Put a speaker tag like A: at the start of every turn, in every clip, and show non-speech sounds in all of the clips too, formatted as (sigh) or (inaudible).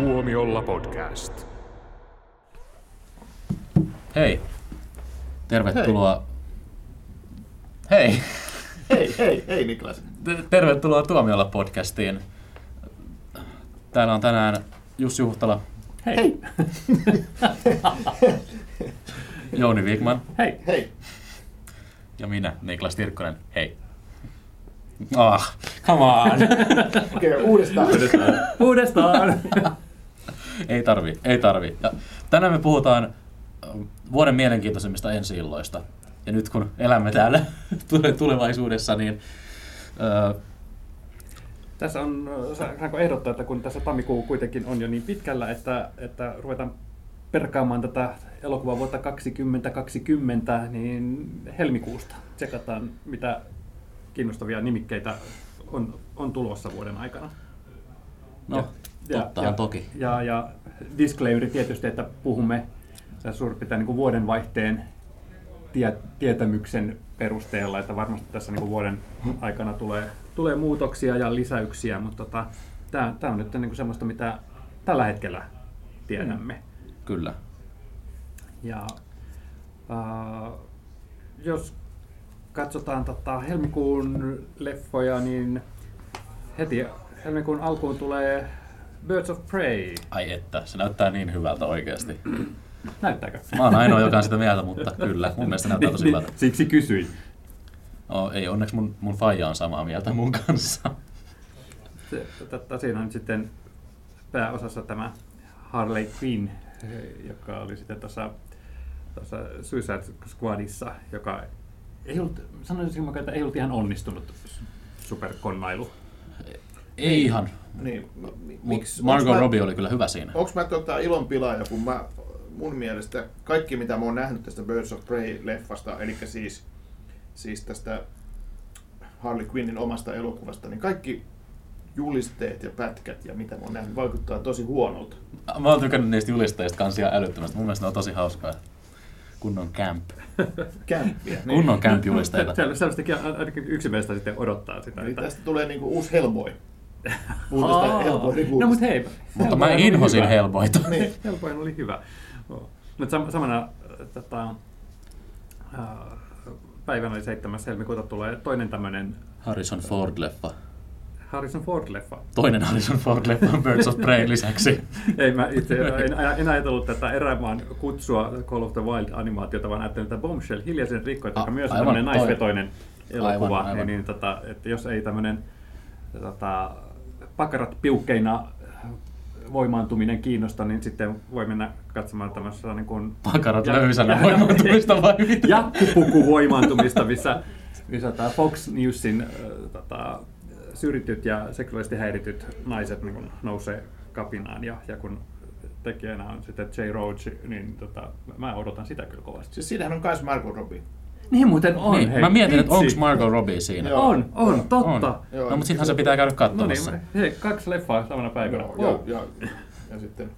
A: Tuomiolla podcast.
B: Hei. Tervetuloa. Hei. Hei,
C: Hei, hei, hei Niklas.
B: T- Tervetuloa Tuomiolla podcastiin. Täällä on tänään Jussi Huhtala,
D: Hei. Hei.
B: (laughs) Jouni Wigman
D: Hei.
C: Hei.
B: ja minä, Niklas Tirkkonen. Hei. Ah,
D: Come on.
C: Okei, okay, uudestaan.
D: Uudestaan.
B: ei tarvi, ei tarvi. Ja tänään me puhutaan äh, vuoden mielenkiintoisimmista ensiilloista. Ja nyt kun elämme täällä (laughs) tule- tulevaisuudessa, niin äh,
D: (laughs) tässä on, äh, sa- saanko ehdottaa, että kun tässä tammikuu kuitenkin on jo niin pitkällä, että, että ruvetaan perkaamaan tätä elokuvaa vuotta 2020, niin helmikuusta tsekataan, mitä kiinnostavia nimikkeitä on, on tulossa vuoden aikana.
B: no, tottahan toki.
D: Ja, ja disclaimer tietysti, että puhumme tässä suurin piirtein niin vuoden vaihteen tie, tietämyksen perusteella, että varmasti tässä niin vuoden aikana tulee, tulee muutoksia ja lisäyksiä, mutta tota, tämä on nyt niin semmoista, mitä tällä hetkellä tiedämme.
B: Kyllä.
D: Ja, äh, jos katsotaan tota, helmikuun leffoja, niin heti helmikuun alkuun tulee Birds of Prey.
B: Ai että, se näyttää niin hyvältä oikeasti.
D: Näyttääkö? Niin,
B: Mä oon ainoa, joka on sitä mieltä, mutta kyllä, mun mielestä näyttää tosi
C: (laughs)
B: hyvältä.
D: Siksi kysyin.
B: No, ei onneksi mun, mun faija on samaa mieltä mun kanssa.
D: Se, totta, siinä on sitten pääosassa tämä Harley Quinn, eh, joka oli sitten tuossa, tuossa Suicide Squadissa, joka ei ollut, sanoisin mä, että ei ollut ihan onnistunut superkonnailu.
B: Ei ihan.
C: Niin, m- m-
B: Mut
C: miksi?
B: Margot
C: onks
B: Robbie oli kyllä hyvä siinä.
C: Mä, onks mä tota ilonpilaaja, kun mä, mun mielestä kaikki mitä mä oon nähnyt tästä Birds of Prey-leffasta, eli siis, siis tästä Harley Quinnin omasta elokuvasta, niin kaikki julisteet ja pätkät ja mitä mä oon nähnyt vaikuttaa tosi huonolta.
B: Mä oon tykännyt niistä julisteista kanssa ihan älyttömästi. Mun mielestä ne on tosi hauskaa. Kunnon camp.
C: Kämpiä. Niin,
B: Kunnon camp
D: (laughs)
B: julisteita.
D: Sel- Selvästikin ainakin yksi meistä sitten odottaa sitä.
C: niin
D: että-
C: tästä tulee niinku uusi Hellboy. Uudesta
D: Aa.
C: Hellboy
D: No mutta hei.
B: Mutta mä
D: Hellboy oli
B: inhosin
D: hyvä.
B: Hellboyta.
C: Niin.
D: Helpoin oli hyvä. Mutta sam- samana äh, tota, äh, päivänä eli 7. helmikuuta tulee toinen tämmöinen
B: Harrison Ford-leffa.
D: Harrison Ford-leffa.
B: Toinen Harrison Ford-leffa on Birds of Prey lisäksi.
D: Ei, mä itse en, en ajatellut tätä erämaan kutsua Call of the Wild-animaatiota, vaan ajattelin, että Bombshell hiljaisen rikkoi,
B: A-
D: joka myös on
B: aivan,
D: tämmöinen
B: toi-
D: naisvetoinen elokuva.
B: Aivan, aivan.
D: Niin, tota, että jos ei tämmöinen tota, pakarat piukkeina voimaantuminen kiinnosta, niin sitten voi mennä katsomaan tämmöisessä niin kuin
B: Pakarat
D: Ja-
B: löysänä
D: ja-
B: voimantumista vai mitä?
D: ja
B: (laughs)
D: kupukuvoimaantumista, missä, missä tämä Fox Newsin äh, tota, syrjityt ja seksuaalisesti häirityt naiset niin kun nousee kapinaan. Ja, ja kun tekijänä on sitten J. Roach, niin tota, mä odotan sitä kyllä kovasti.
C: Siis siinähän on kans Margot Robbie.
D: Niin muuten on.
B: Niin,
D: hei,
B: mä mietin, että
D: vitsi.
B: onko Margot Robbie siinä.
C: Joo.
D: On, on,
B: On.
D: totta.
C: Joo.
B: No mut sittenhän se pitää käydä
D: No
B: katsomassa.
D: niin, hei, kaksi leffaa samana päivänä.
C: Joo,
D: Wow.
C: joo, ja, ja sitten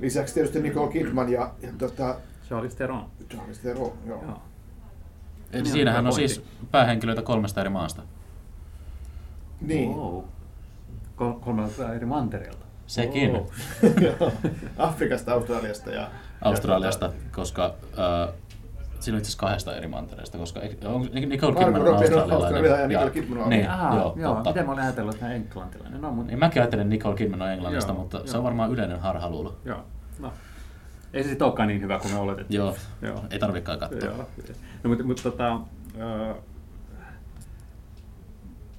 C: lisäksi tietysti Nicole Kidman ja, ja tota,
D: Charlize Theron.
C: Charlies Theron, joo.
D: Joo.
C: joo.
B: Eli
D: Niin,
B: siinähän
D: hyvä
B: on
D: pointti.
B: siis päähenkilöitä kolmesta eri maasta.
C: Niin,
D: Wow. Kol- kolmelta eri mantereelta.
B: Sekin.
D: Wow.
C: (laughs) Joo. Afrikasta, Australiasta ja...
B: Australiasta, koska äh, siinä on itse asiassa kahdesta eri mantereesta, koska eik- on, Nicole
C: Margot
B: Kidman on
C: Robbie on
B: australialainen.
C: australialainen ja Nicole Kidman on
B: niin,
D: Aha,
B: joo,
D: joo, joo
B: totta.
D: miten mä olen ajatellut, että hän on englantilainen. No, mutta
B: Niin mäkin ajattelen Nicole Kidman on englannista,
D: Joo,
B: mutta se
D: joo.
B: on varmaan yleinen harhaluulo.
D: Joo, no. Ei se sitten olekaan niin hyvä kuin me oletettiin.
B: Joo,
D: Joo.
B: ei tarvikaan katsoa.
D: Joo. No, mutta, mutta tota, äh,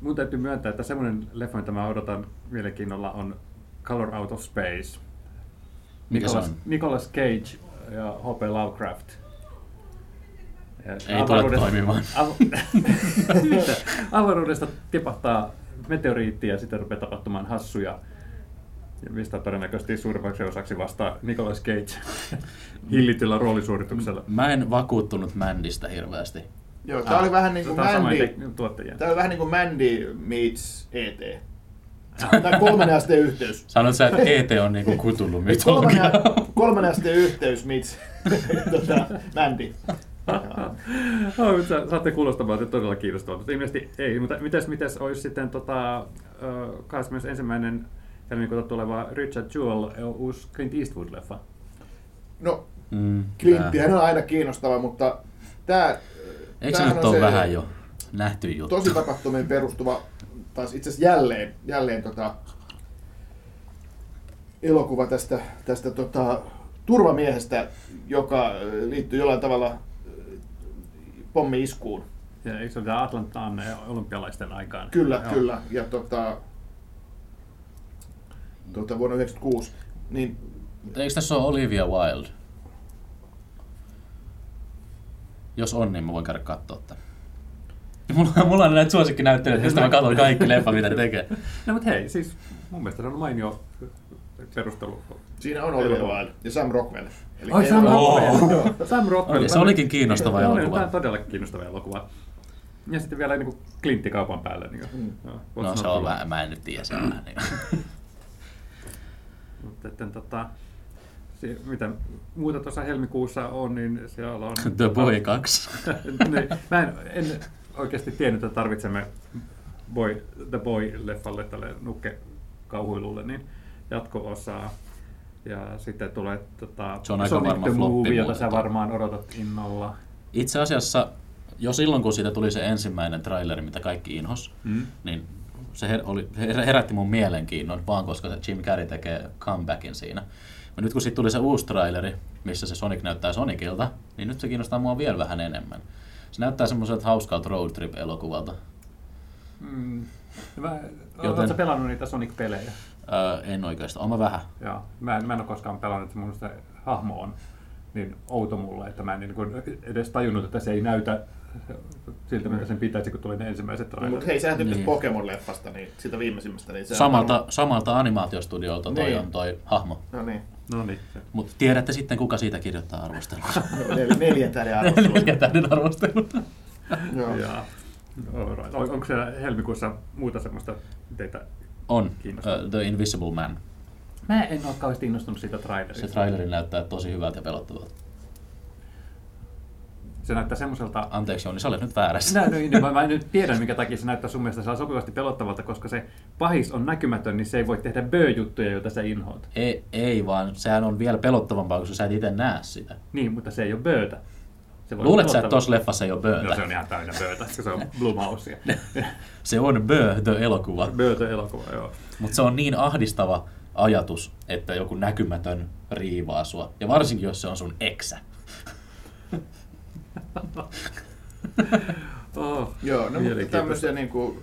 D: mun täytyy myöntää, että semmoinen leffa, mitä mä odotan mielenkiinnolla, on Color Out of Space.
B: Mikä se on?
D: Nicolas Cage ja H.P. Lovecraft. Ja
B: tule
D: avaruudesta-
B: toimimaan.
D: av- (laughs) Mitä? avaruudesta tipahtaa meteoriitti ja sitten rupeaa tapahtumaan hassuja. Ja mistä todennäköisesti suurimmaksi osaksi vastaa Nicolas Cage (laughs) hillityllä roolisuorituksella.
B: Mä en vakuuttunut Mändistä hirveästi.
C: Joo, tää
B: Ah.
C: oli vähän niinku
D: Tää on samoja
C: Mandy...
D: tek- tuottajia.
C: Tää oli vähän niinku Mandy meets E E.T. Tää on kolmen asteen yhteys.
B: (laughs) Sanoit sä, että ET on niinku kutullut mytologia.
C: Kolmen, Niin, kolmen asteen yhteys meets (laughs) tota, Mandy. Joo.
D: Oh, mutta sä- saatte kuulostamaan, että todella kiinnostavaa, mutta ilmeisesti ei. Mutta mitäs, mitäs olisi sitten tota, ö, 21. helmikuuta tuleva Richard Jewell uusi Clint Eastwood-leffa.
C: No,
B: Mm, tää.
C: Clinttihän on aina kiinnostava, mutta tämä...
B: Eikö se nyt ole vähän jo nähty juttu?
C: Tosi tapahtumiin perustuva, taas itse asiassa jälleen, jälleen tota, elokuva tästä, tästä tota, turvamiehestä, joka äh, liittyy jollain tavalla äh, pommi-iskuun.
D: Ja eikö se ole tämä Atlantan olympialaisten aikaan?
C: Kyllä, Joo. kyllä. Ja tota, tota, vuonna 1996. Niin,
B: Eikö tässä ole Olivia Wilde? Jos on, niin mä voin käydä katsoa tämän. (laughs) Mulla, mulla on näitä suosikkinäyttelijöitä, joista mä katson kaikki leffa, mitä ne tekee.
D: No mutta hei, siis mun mielestä se on mainio perustelu.
C: siinä on Oliver Wilde ja Sam Rockwell. Eli
D: Ai Sam
C: Eero-
D: Rockwell! Sam Rockwell.
B: Okei, se olikin kiinnostava
D: Joo,
B: elokuva.
D: Tämä on todella kiinnostava elokuva. Ja sitten vielä niin klintti kaupan päälle. Niin kuin, mm.
B: No se on vähän, mä en nyt tiedä se on vähän. Niin.
D: Mutta sitten tota, se, mitä muuta tuossa helmikuussa on, niin siellä on...
B: The Boy 2.
D: (laughs) niin, mä en, en oikeasti tiennyt, että tarvitsemme boy, The Boy-leffalle tälle nukkekauhuilulle niin jatko-osaa. Ja sitten tulee tota,
B: Se on aika
D: Sonic
B: varma
D: the
B: floppi
D: Movie, jota sä
B: muuten.
D: varmaan odotat innolla.
B: Itse asiassa jo silloin, kun siitä tuli se ensimmäinen traileri, mitä kaikki inhos, mm. niin se her- oli, her- herätti mun mielenkiinnon, vaan koska se Jim Carrey tekee comebackin siinä. Mutta nyt kun siitä tuli se uusi traileri, missä se Sonic näyttää Sonicilta, niin nyt se kiinnostaa mua vielä vähän enemmän. Se näyttää semmoiselta hauskalta road trip elokuvalta.
D: Mm. Mä, Joten...
B: Joten-
D: sä pelannut niitä Sonic-pelejä?
B: Öö, en oikeastaan, oma vähän.
D: Joo. Mä, en, mä en ole koskaan pelannut, että mun se hahmo on niin outo mulle, että mä en niin kuin edes tajunnut, että se ei näytä siltä, mitä sen pitäisi, kun tuli ne ensimmäiset
C: Mutta
D: trailerit.
C: hei, sähän tykkäsit
B: Niin.
C: Pokemon-leffasta, niin sitä viimeisimmästä. Niin se on
B: Samalta,
C: varmaan-
B: samalta animaatiostudiolta toi
C: Niin.
B: on toi hahmo.
C: No niin.
D: No niin. se-
B: Mutta tiedätte sitten, kuka siitä kirjoittaa arvostelua.
C: Nel- (laughs) Neljä tähden
D: (laughs)
C: arvostelua.
B: Neljä tähden arvostelua.
C: Joo.
D: Jaa. Alright. On, onko siellä helmikuussa muuta semmoista teitä?
B: On.
D: Kiinnostaa.
B: Ö, The Invisible Man.
D: Mä en ole kauheasti innostunut siitä
B: Se
D: trailerista. Se,
B: traileri näyttää tosi hyvältä ja pelottavalta.
D: se näyttää semmoiselta...
B: Anteeksi Jouni, sä olet nyt väärässä.
D: Nä, no, niin, mä, mä en nyt tiedä, minkä takia se näyttää sun mielestä se on sopivasti pelottavalta, koska se pahis on näkymätön, niin se ei voi tehdä böö-juttuja, joita sä inhoat.
B: Ei, ei, vaan sehän on vielä pelottavampaa, koska sä et itse näe sitä.
D: Niin, mutta se ei ole böötä. Se voi
B: Luulet sä, että
D: pelottava-
B: tuossa leffassa ei ole böötä?
D: No se on ihan täynnä böötä, koska se on Blue Mousea. (laughs)
B: se on böö, the elokuva.
D: Böötä-elokuva, joo.
B: Mutta se on niin ahdistava ajatus, että joku näkymätön riivaa sua. Ja varsinkin, jos se on sun eksä.
D: Oh.
C: Joo, no mutta
D: Mielenkiintoista.
C: tämmöisiä niin kuin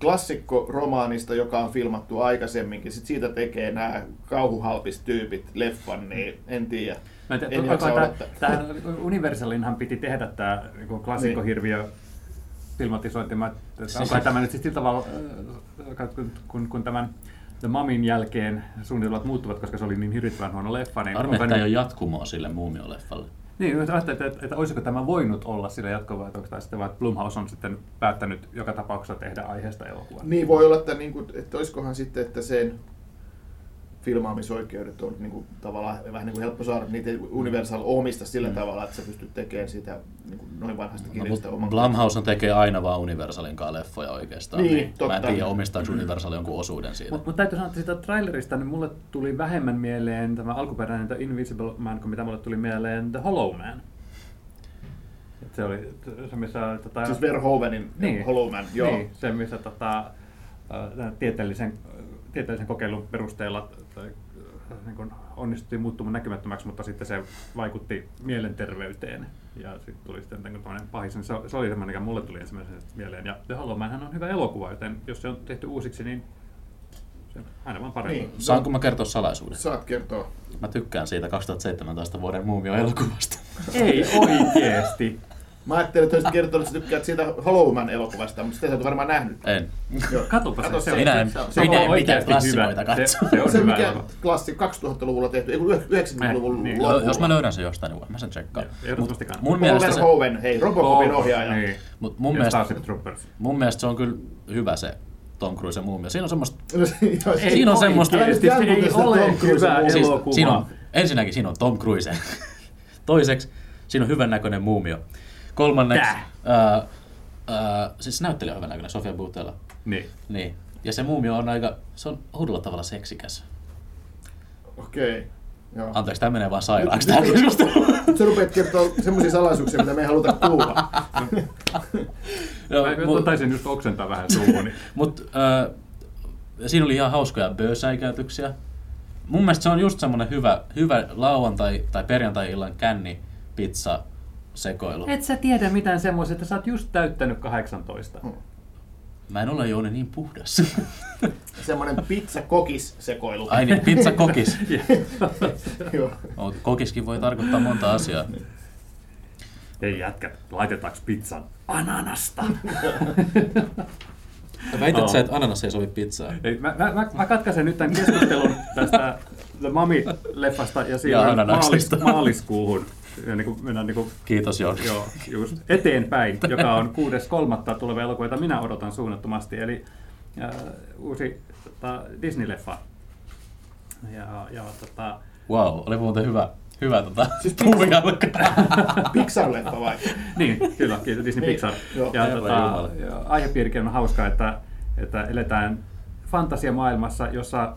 C: klassikko romaanista, joka on filmattu aikaisemminkin, sit siitä tekee nämä kauhuhalpistyypit leffan, niin en tiedä.
D: Mä en tiedä,
C: En
D: en
C: jaksa
D: tämä,
C: odottaa.
D: tämähän Universalinhan piti tehdä tämä niin klassikkohirviö filmatisointi. Mä, että onko tämä nyt siis sillä tavalla, äh, kun, kun, kun tämän The Mamin jälkeen suunnitelmat muuttuvat, koska se oli niin hirvittävän huono leffa. Niin
B: Harmi,
D: onko
B: että ei
D: nyt-
B: ole jatkumoa sille muumioleffalle.
D: Niin, mä ajattelin, että, että olisiko tämä voinut olla sillä jatkoa, että onko tämä sitten vaan, että Blumhouse on sitten päättänyt joka tapauksessa tehdä aiheesta elokuvan.
C: Niin voi olla, että, niin kuin, että olisikohan sitten, että sen filmaamisoikeudet on niin kuin, tavallaan vähän niin kuin helppo saada, niitä ei Universal omista sillä mm. tavalla, että sä pystyt tekemään sitä niin kuin, noin vanhasta kirjasta no,
B: No,
C: oman.
B: Blumhouse on tekee aina vaan Universalin kanssa leffoja oikeastaan.
C: Niin,
B: Mä en
C: totta.
B: tiedä, omistaako Universal jonkun osuuden siitä.
D: Mutta mut täytyy sanoa, että siitä trailerista niin mulle tuli vähemmän mieleen tämä alkuperäinen The Invisible Man, kuin mitä mulle tuli mieleen The Hollow Man. Et se oli t- se, missä... Tota,
C: Siis Verhoevenin
D: Niin.
C: niin. Hollow Man, joo.
D: Niin, se, missä tota, äh, tämän tieteellisen, tieteellisen kokeilun perusteella tai, äh, niin kun onnistuttiin muuttumaan näkymättömäksi, mutta sitten se vaikutti mielenterveyteen. Ja sitten tuli sitten tämmöinen pahis. niin Se, se oli semmoinen, mikä mulle tuli ensimmäisenä mieleen. Ja The Hollow Manhan on hyvä elokuva, joten jos se on tehty uusiksi, niin se on aina vaan parempi.
C: Niin.
B: Saanko mä kertoa salaisuuden?
C: Saat kertoa.
B: Mä tykkään siitä 2017 vuoden
D: (laughs)
B: muumio-elokuvasta.
D: Ei oikeesti.
C: Mä ajattelin, että olisit kertonut, että sä tykkäät siitä Hollow Man elokuvasta, mutta sitä sä et ole varmaan nähnyt.
B: En.
C: Joo.
D: Katopa se.
C: Kato
D: se
C: se.
D: on-
B: Minä en-
D: se on
B: minä en mitään
D: oikeasti
B: klassikoita
D: hyvä.
B: katso.
D: Se, se on
C: se
D: hyvä
C: mikä
D: elokuva.
C: klassi 2000-luvulla tehty, ei kun 90-luvun
D: Niin.
C: lopulla.
B: Jo- Jos mä löydän sen jostain, niin voin mä sen tsekkaan.
D: Joo, ehdottomasti
B: mun,
D: kannattaa.
C: Paul
B: mielestä Oh, se,
C: Verhoeven, hei, Robocopin ohjaaja. (laughs)
D: Niin.
B: mut mun,
D: Ja
B: mielestä,
D: Starship Troopers.
B: mun mielestä se on kyllä hyvä se Tom Cruise ja muumio. Siinä on semmoista...
C: No se- joo, se-
B: Ei Siinä on semmoista-
D: oikeesti, se ei
C: Jälkikäteen
D: ole
C: Tom Cruisen
D: hyvä
C: muusi.
B: Siis,
D: elokuva.
B: siinä on, ensinnäkin siinä on Tom Cruise. (laughs) Toiseksi siinä on hyvän näköinen muumio. Kolmanneksi...
D: Tää.
B: Ää, ää, siis näyttelijä on hyvän näköinen, Sofia Boutella.
D: Niin.
B: Niin. Ja se muumio on aika, se on oudolla tavalla seksikäs.
C: Okei. Okay. Joo.
B: Anteeksi, tämä menee vaan sairaaksi
D: (laughs)
B: tämä keskustelu.
C: Nyt sä rupeat kertoa semmoisia salaisuuksia, mitä me ei haluta kuulla.
B: Joo,
E: Mä
B: mu-
E: mut... taisin just oksentaa vähän suuhuni.
B: Mut, äh, siinä oli ihan hauskoja böösäikäytyksiä. Mun mielestä se on just semmonen hyvä, hyvä lauantai- tai perjantai-illan känni pizza sekoilu.
D: Et sä tiedä mitään semmoista, että sä oot just täyttänyt 18. (laughs)
B: Mä en ole Jouni niin puhdas. (laughs)
C: Semmoinen pizza-kokis-sekoilu.
B: Ai niin, pizza kokis.
C: (laughs) Joo.
B: Mut Kokiskin voi tarkoittaa monta asiaa.
E: Hei jätkät, laitetaanko pizzan?
D: Ananasta!
B: Väität
E: Aa.
B: sä, että ananas ei sovi pizzaan?
D: Ei, mä, mä, mä, mä katkaisen nyt tämän keskustelun tästä The Mami-leffasta ja
B: Ja
D: siirryn
B: ananaksesta.
D: maalis, maaliskuuhun. Ja niin kuin, mennään niin kuin,
B: Kiitos Jouni.
D: joo, just eteenpäin, joka on 6.3. tuleva elokuva, jota minä odotan suunnattomasti. Eli äh, uusi tota, Disney-leffa. Ja, ja tota,
B: Wow, oli muuten hyvä, hyvä tota,
C: Siis
B: puhujalka.
C: Pixar-leffa vai?
D: Niin, kyllä, kiitos Disney
C: Niin,
D: Pixar.
C: joo.
D: ja
B: Herra
D: tota,
B: Jumala.
D: ja aihepiirikin on hauska, että, että eletään fantasiamaailmassa, jossa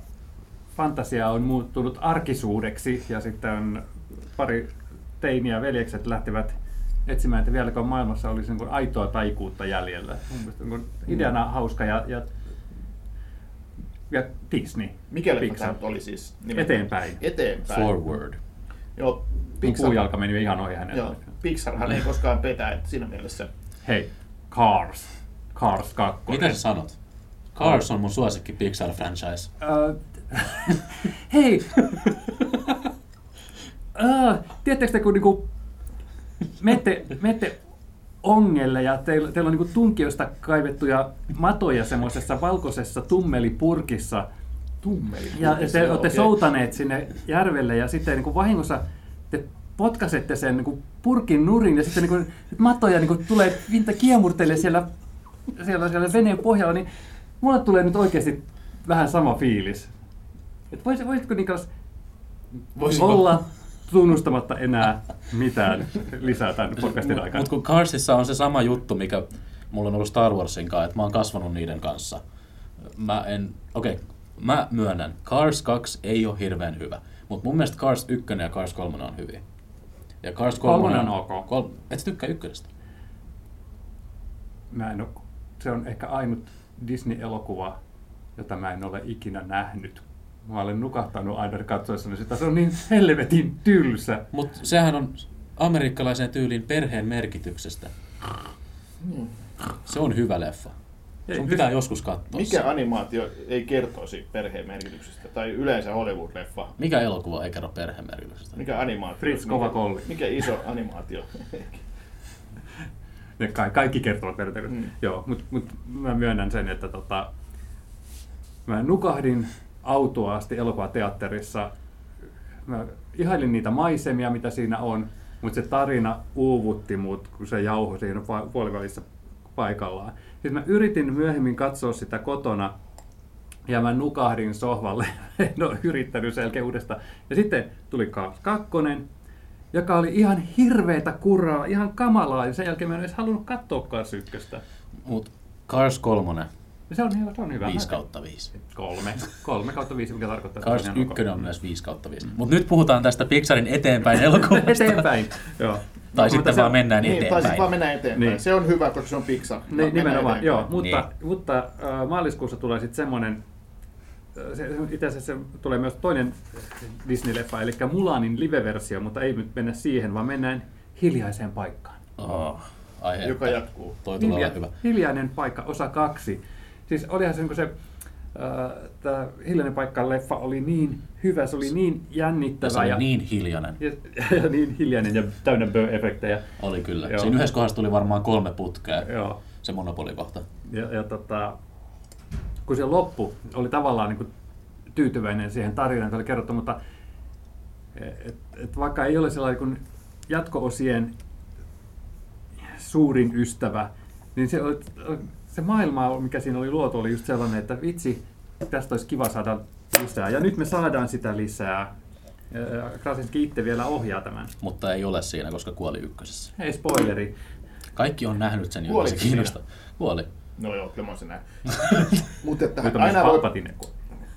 D: fantasia on muuttunut arkisuudeksi ja sitten pari teiniä veljekset lähtevät etsimään, että vieläkö on maailmassa olisi niin kuin aitoa taikuutta jäljellä. Mun mielestä niin kuin ideana hauska ja, ja, ja Disney.
C: Mikä leffa
D: Pixar.
C: tämä nyt oli siis?
D: Eteenpäin.
C: Eteenpäin.
B: Forward.
C: Joo,
D: Mun
C: Pixar.
D: puujalka meni ihan ohi hänelle.
C: Joo, Pixarhan ei koskaan petä, että siinä mielessä.
D: Hei, Cars. Cars 2.
B: Mitä sä sanot? Cars on mun suosikki Pixar franchise.
D: Ö, (laughs) hei! Ö, Tiedättekö te, kun niinku menette, menette ongelle ja teillä, teillä on niinku tunkiosta kaivettuja matoja semmoisessa valkoisessa tummelipurkissa
C: Tummeli.
D: ja te olette
C: Okei.
D: soutaneet sinne järvelle ja sitten niinku vahingossa te potkasette sen niinku purkin nurin ja sitten niinku matoja niinku tulee vinta kiemurtelee siellä, siellä, siellä veneen pohjalla, niin mulle tulee nyt oikeasti vähän sama fiilis. Et vois, voisitko Niklas
B: Voisinko?
D: olla tunnustamatta enää mitään lisää tämän podcastin
B: Mutta
D: aikana?
B: mut kun Carsissa on se sama juttu, mikä mulla on ollut Star Warsin kanssa, että mä oon kasvanut niiden kanssa. Mä en, okei, okay, mä myönnän, Cars 2 ei ole hirveän hyvä, mutta mun mielestä Cars 1 ja Cars 3 on hyviä. Ja Cars 3
D: Kolmonen on ok.
B: Kol, et sä tykkää ykkösestä?
D: Mä en oo, se on ehkä ainut Disney-elokuva, jota mä en ole ikinä nähnyt. Mä olen nukahtanut aina katsoessani sitä. Se on niin helvetin tylsä.
B: Mutta sehän on amerikkalaiseen tyyliin perheen merkityksestä.
D: Hmm.
B: Se on hyvä leffa. Sun pitää joskus katsoa se.
C: Mikä animaatio ei kertoisi perheen merkityksestä? Tai yleensä Hollywood-leffa.
B: Mikä elokuva ei kerro perheen merkityksestä?
C: Mikä animaatio?
D: Fritz
C: Mikä-
D: Kova Kolli.
C: Mikä iso animaatio?
D: Ne ka- kaikki kertovat periaatteessa.
C: Mm.
D: Mm. Joo, mutta mut mä myönnän sen, että tota, mä nukahdin autoa asti elokuvateatterissa. Mä ihailin niitä maisemia, mitä siinä on, mutta se tarina uuvutti mut, kun se jauho siinä pa- puolivälissä paikallaan. Sitten mä yritin myöhemmin katsoa sitä kotona, ja mä nukahdin sohvalle. (laughs) en ole yrittänyt sen jälkeen uudestaan. Ja sitten tuli Cars 2, joka oli ihan hirveetä kuraa, ihan kamalaa. Ja sen jälkeen mä en edes halunnut katsoa Cars 1.
B: Mut Cars 3,
D: Ja se on hyvä. Se on hyvä.
B: 5 kautta 5.
D: Kolme. Kolme kautta viisi, mikä tarkoittaa. että
B: Cars
D: se on ihan ok.
B: 1 on myös 5 kautta 5. Mut nyt puhutaan tästä Pixarin
D: (laughs)
B: eteenpäin elokuvasta.
D: Eteenpäin. Joo.
B: Tai
D: Mutta
B: sitten
D: se-
B: vaan mennään
C: niin, tai sitten vaan
B: eteenpäin.
C: mennään eteenpäin.
D: Niin.
C: Se on hyvä, koska se on Pixar. No,
D: Niin,
C: mennään
D: nimenomaan,
C: eteenpäin.
D: joo. Mutta, niin. mutta äh, maaliskuussa tulee sitten semmoinen, äh, se, se- itse asiassa se tulee myös toinen Disney-leffa, eli Mulanin live-versio, mutta ei nyt mennä siihen, vaan mennään hiljaiseen paikkaan.
B: Oh, ai että.
C: Joka jatkuu.
B: Toi tulee
D: Hilja-
B: olla hyvä.
D: Niin, Hiljainen paikka, osa kaksi. Siis olihan se, niin kuin se äh, tämä Hiljainen paikka leffa oli niin hyvä, se oli niin
B: Ja
D: jännittävä
B: se oli niin hiljainen.
D: ja, (laughs) ja niin hiljainen ja täynnä bö-efektejä.
B: Oli kyllä.
D: Joo.
B: Siinä yhdessä kohdassa tuli varmaan kolme putkea.
D: Joo.
B: Se monopolikohta.
D: Ja, ja tota, kun se loppu oli tavallaan niin kuin tyytyväinen siihen tarinaan, joka oli kerrottu, mutta eh, et, et vaikka ei ole sellainen kuin jatko-osien suurin ystävä, niin se, oli- se maailma, mikä siinä oli luotu, oli just sellainen, että vitsi, tästä olisi kiva saada lisää. Ja nyt me saadaan sitä lisää. Ja- ja Krasinski itse vielä ohjaa tämän.
B: Mutta ei ole siinä, koska kuoli ykkösessä.
D: Ei spoileri.
B: Kaikki on nähnyt sen, joka
C: Kuoliko
B: se
C: siinä?
B: kiinnostaa. Kuoli.
C: No joo, kyllä mä oon sen nähnyt. Mutta että
E: Nyt on myös
D: siis
C: aina voi, Niin.
E: Palpatine.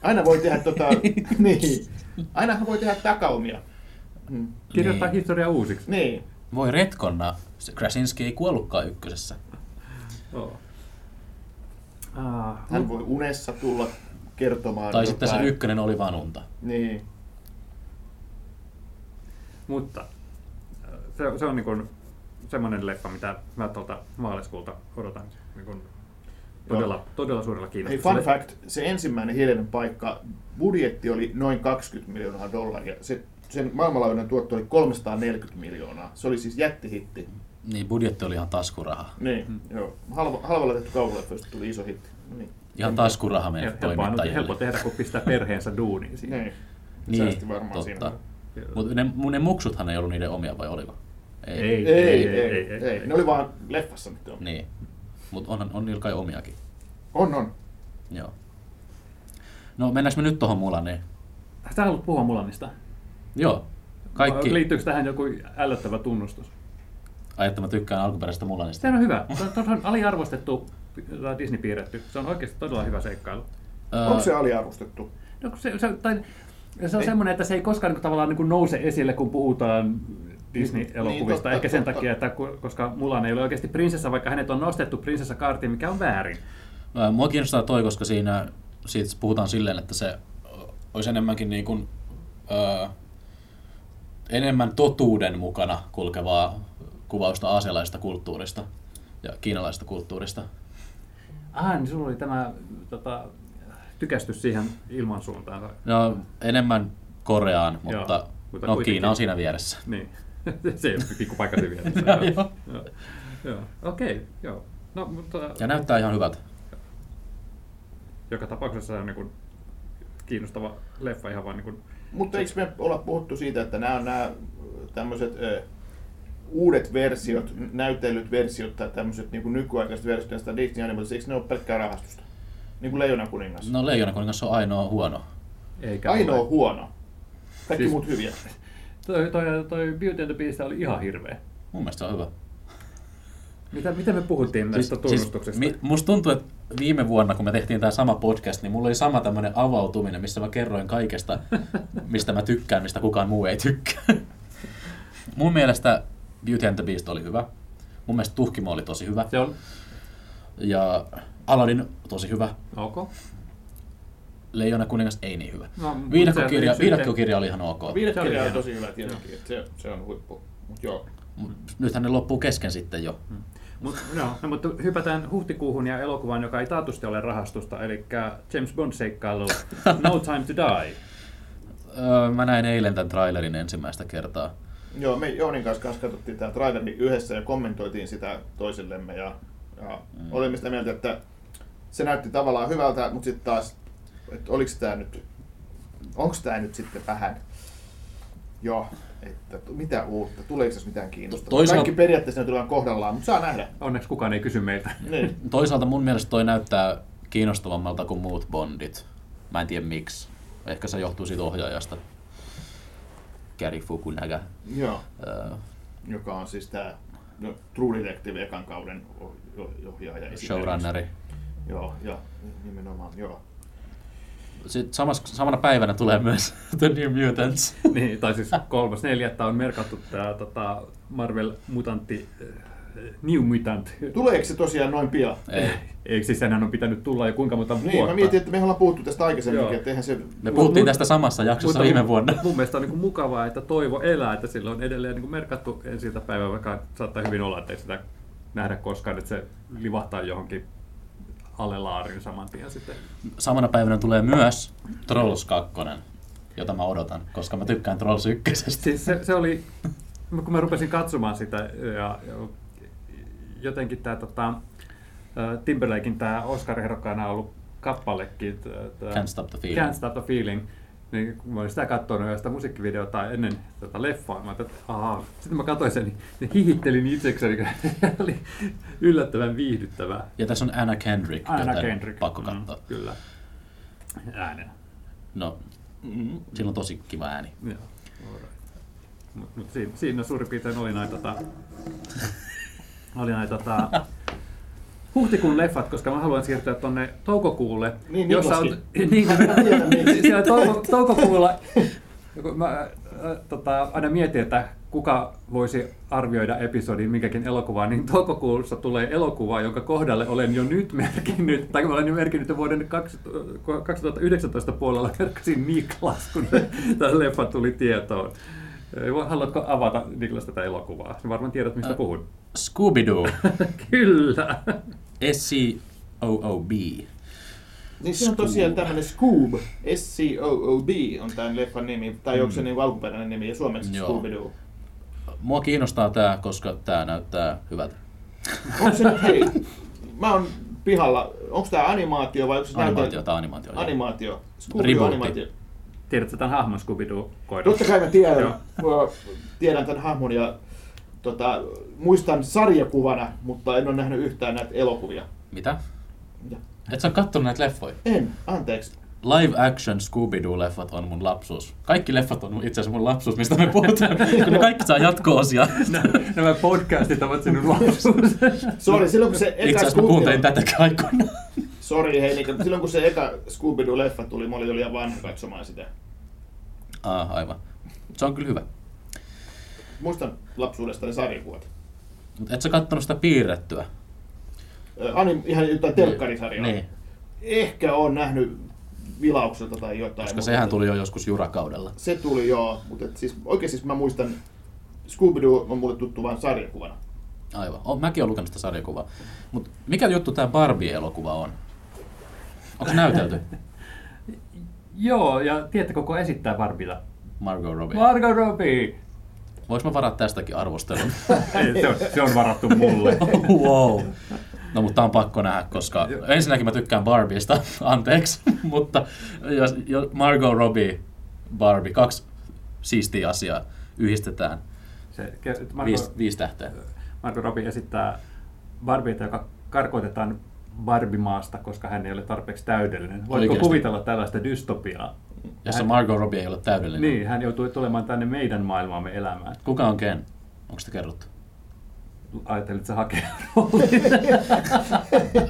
C: aina voi tehdä tota, niin, ainahan voi tehdä takaumia. Mm.
E: Kirjoittaa
B: Niin.
E: historia uusiksi.
C: Niin,
B: Voi retkonna. Se Krasinski ei kuollutkaan ykkösessä.
D: Joo. Ah,
C: hän voi unessa tulla kertomaan
B: Tai sitten se ykkönen oli vaan unta.
C: Niin.
D: Mutta se, se on niin kuin semmoinen leffa, mitä mä tuolta maaliskuulta odotan niin kuin todella, todella suurella
C: Hei, fun
D: kiinnostuksella.
C: fact, se ensimmäinen hiljainen paikka, budjetti oli noin 20 miljoonaa dollaria. Se, sen maailmanlaajuinen tuotto oli 340 miljoonaa. Se oli siis jättihitti.
B: Niin budjetti oli ihan taskuraha.
C: Niin, mm. joo. Halva, halvalla tehty kauhuleffoista tuli iso hitti. Niin.
B: Ihan taskuraha meidän
E: Helppoa, nyt helppo
B: toimittajille.
E: tehdä, kun pistää perheensä duuniin siinä.
C: Niin.
B: Niin,
C: Säästi varmaan
B: totta.
C: siinä.
B: Mutta ne, mun ne muksuthan ei ollut niiden omia vai oliko? Ei.
E: Ei,
C: Ei, ei, ei, ei, ei, ei. Ne oli vaan leffassa nyt on.
B: Niin. Mutta on, on niillä kai omiakin.
C: On, on.
B: Joo. No mennäänkö me nyt tohon Mulaneen?
D: Sä haluat puhua Mulanista?
B: Joo. Kaikki.
D: Liittyykö tähän joku ällöttävä tunnustus?
B: Ai että mä tykkään alkuperäisestä Mulanista.
D: Sehän on hyvä. Se on, on aliarvostettu tai Disney piirretty. Se on oikeasti todella hyvä seikkailu.
B: Öö,
C: Onko se aliarvostettu?
D: No, kun se, se, tai, se on semmoinen, että se ei koskaan niin tavallaan niin nouse esille, kun puhutaan
C: Niin,
D: Disney-elokuvista.
C: totta,
D: Ehkä sen
C: totta.
D: takia, että ku- koska Mulan ei ole oikeasti prinsessa, vaikka hänet on nostettu prinsessakaartiin, mikä on väärin.
B: Ää, Mua kiinnostaa toi, koska siinä siitä puhutaan silleen, että se ö, olisi enemmänkin niin kuin, ö, enemmän totuuden mukana kulkevaa kuvausta aasialaisesta kulttuurista ja kiinalaisesta kulttuurista.
D: Ah, niin sulla oli tämä tota, tykästys siihen ilmansuuntaan.
B: No, enemmän Koreaan, mutta,
D: Joo, mutta
B: no,
D: kuitenkin.
B: Kiina on siinä vieressä.
D: Niin. (laughs) se ei ole pikkupaikassa vielä.
B: Joo.
D: (laughs) Joo. Joo. Okei, joo. No, mutta
B: (laughs) Ja näyttää ihan hyvältä.
D: joka tapauksessa se on niin kuin kiinnostava leffa ihan vaan niin kuin
C: Mutta eikö me olla puhuttu siitä, että nämä on nämä tämmöiset ö, uudet versiot, näytellyt versiot tai tämmöiset niin nykyaikaiset versiot näistä Disney Animalista, eikö ne ole pelkkää rahastusta? Niin kuin Leijona kuningas. No,
B: No Leijona kuningas on ainoa huono.
D: eikä
C: Ainoa
D: ole.
C: huono. Kaikki
D: Siis-
C: siis... muut hyviä.
D: Toi, toi, toi Beauty and the Beast oli ihan hirveä.
B: Mun mielestä se on hyvä. Siis-
D: Mitä, mitä me puhuttiin tästä tunnustuksesta?
B: mi- musta tuntuu, että viime vuonna, kun me tehtiin tämä sama podcast, niin mulla oli sama tämmöinen avautuminen, missä mä kerroin
D: (laughs)
B: kaikesta, mistä mä tykkään, mistä kukaan muu ei tykkää. (laughs) Mun mielestä Beauty and the Beast oli hyvä. Mun mielestä Tuhkimo oli tosi hyvä.
D: Se on
B: Ja Aladdin tosi hyvä.
D: ok.
B: Leijona kuningas ei niin hyvä.
D: No, mut
B: Viidakkokirja,
D: se-
B: viidakkokirja oli ihan ok.
D: Se oli
C: Viidekirja on
D: hieno.
C: tosi hyvä tietenkin, että se, se on huippu. Mut joo.
B: Mut Nythän ne loppuu kesken sitten jo.
D: Mut, no, no, mutta hypätään huhtikuuhun ja elokuvaan, joka ei taatusti ole rahastusta, eli James Bond-seikkailu No Time to Die.
B: Öö, mä näin eilen tämän trailerin ensimmäistä kertaa.
C: Joo, me Jounin kanssa, kanssa katsottiin tämä traileri yhdessä ja kommentoitiin sitä toisillemme ja, ja mm. olimme sitä mieltä, että se näytti tavallaan hyvältä, mutta sitten taas, että oliko tämä nyt, onko tämä nyt sitten vähän, joo, että t- mitä uutta, tuleeko tässä mitään kiinnostavaa.
B: Toisaalta-
C: Toisaalta... Kaikki periaatteessa ne tulee kohdallaan, mutta saa nähdä.
D: Onneksi kukaan ei kysy (laughs) meiltä.
C: Niin.
B: Toisaalta mun mielestä toi näyttää kiinnostavammalta kuin muut Bondit. Mä en tiedä miksi. Ehkä se johtuu siitä ohjaajasta. Gary Fukunaga.
C: joo,
B: Öö,
C: joka on siis tämä no, True Detective ekan kauden oh- jo- ohjaaja. esimerkiksi.
B: showrunneri.
C: Joo, ja nimenomaan, joo.
B: Sitten samas, samana päivänä tulee myös (laughs) The New Mutants.
D: niin, tai siis kolmas neljättä on merkattu tämä tota, Marvel Mutantti, äh, New Mutant.
C: Tuleeko se tosiaan noin pian?
B: Ei.
D: Eikö siis enää on pitänyt tulla jo kuinka monta
C: Niin,
D: vuotta?
C: mä mietin, että me ollaan puhuttu tästä aikaisemminkin,
D: Joo.
C: että eihän se...
B: Me puhuttiin
D: mut-
B: tästä samassa jaksossa viime vuonna.
D: Mun mielestä on niin mukavaa, että toivo elää, että sillä on edelleen niin merkattu ensiltä päivää, vaikka saattaa hyvin olla, että ei sitä nähdä koskaan, että se livahtaa johonkin alle laarin saman tien sitten.
B: Samana päivänä tulee myös Trolls 2, jota mä odotan, koska mä tykkään Trolls 1.
D: Siis se, se oli, kun mä rupesin katsomaan sitä ja ja jotenkin tämä tota, ä, Timberlakein tämä Oscar-ehdokkaana ollut kappalekin. Tää,
B: Can't Stop the Feeling.
D: Can't Stop the Feeling. Niin kun mä olin sitä katsonut ja sitä musiikkivideota ennen tätä leffaa, mä ajattelin, että ahaa. Sitten mä katsoin sen, niin hihittelin itsekseni, kun se oli yllättävän viihdyttävää.
B: Ja tässä on Anna Kendrick,
D: Anna
B: joten
D: Kendrick.
B: pakko katsoa.
D: Mm, kyllä. Äänenä.
B: No, sillä on tosi kiva ääni.
D: Joo, alright. Mut, mut siinä, siinä suurin piirtein oli näitä... Tota, oli näitä tota, huhtikuun leffat, koska mä haluan siirtyä tonne toukokuulle.
C: Niin,
D: on,
C: Niklaskin.
D: niin, (laughs) niin,
C: tiedä, miksi.
D: siellä touko, toukokuulla kun mä äh, tota, aina mietin, että kuka voisi arvioida episodin minkäkin elokuvaa, niin toukokuussa tulee elokuva, jonka kohdalle olen jo nyt merkinnyt, tai mä olen jo merkinnyt jo vuoden 2000 2019 puolella, merkkasin Niklas, kun (laughs) tämä leffa tuli tietoon. Äh, Haluatko avata Niklas tätä elokuvaa? Sä varmaan tiedät, mistä
B: Äh.
D: puhun. (laughs)
B: Scooby-Doo.
D: Kyllä.
B: S-C-O-O-B.
C: Niin se on tosiaan tämmöinen Scoob, S-C-O-O-B on tämän leffan nimi, tai
D: Mm.
C: onko se niin alkuperäinen nimi ja suomeksi
B: Joo.
C: Scooby-Doo.
B: Mua kiinnostaa tää, koska tää näyttää hyvältä.
C: Onko se nyt, hei, mä oon pihalla, onko tämä animaatio vai onko se
B: Animaatio,
C: näytelmä?
B: tää animaatio. joo.
C: Animaatio.
B: Rebootti.
C: Scooby-Doo animaatio.
D: Tiedätkö tämän hahmon Scooby-Doo?
C: Totta kai mä tiedän,
D: Joo.
C: Mä tiedän tämän hahmon ja tota, muistan sarjakuvana, mutta en ole nähnyt yhtään näitä elokuvia.
B: Mitä?
C: Ja-
B: Et sä oo kattonut näitä leffoja?
C: En, anteeksi.
B: Live action Scooby-Doo-leffat on mun lapsuus. Kaikki leffat on itse asiassa mun lapsuus, mistä me puhutaan, kun ne kaikki saa jatko-osia.
D: Nämä podcastit ovat sinun lapsuus.
C: Sori, silloin kun se
B: Itse
C: eka
B: asiassa mä
C: Scooby-Doo...
B: kuuntelin (laughs) tätäkin aikoinaan.
C: Sori hei, niin, silloin kun se eka Scooby-Doo-leffa tuli, mä olin jo liian vanha katsomaan sitä.
B: Ah, aivan. Se on kyllä hyvä.
C: Muistan lapsuudestani sarjakuvat.
B: Mut et sä kattonut sitä piirrettyä?
C: Ö, Anim, ihan jotain telkkarisarjaa.
B: Niin,
C: Ehkä on nähnyt vilaukselta tai jotain.
B: koska
C: mutta-
B: sehän tuli jo joskus jurakaudella.
C: Se tuli joo, mutta et siis, oikein siis mä muistan, Scooby-Doo on mulle tuttu vain sarjakuvana.
B: Aivan. Oon, mäkin olen lukenut sitä sarjakuvaa. Mut mikä juttu tää Barbie-elokuva on? Onko näytelty
D: Joo, ja tiedättekö, kuka esittää Barbita?
B: Margot Robbie?
D: Margot Robbie!
B: Voinko mä varaa tästäkin arvostelun? (laughs)
E: Ei, se, on, se on varattu mulle.
B: wow. No mutta tää on pakko nähdä, koska ensinnäkin mä tykkään (laughs) Barbiesta, anteeksi, mutta jos, jos Margot Robbie, Barbie, kaksi siistiä asiaa yhdistetään,
D: Se, ke-
B: viisi,
D: Margot,
B: viisi tähteä.
D: Margot Robbie esittää Barbieta, joka karkoitetaan Barbimaasta, koska hän ei ole tarpeeksi täydellinen. Voitko
B: Oikeesti?
D: kuvitella tällaista dystopiaa?
B: Jossa
D: Hän-
B: Margot Robbie ei ole täydellinen.
D: Niin, hän joutui tulemaan tänne meidän maailmaamme elämään.
B: Kuka on Ken? Onko sitä kerrottu?
D: Ajattelin, että se hakee (laughs) roolin.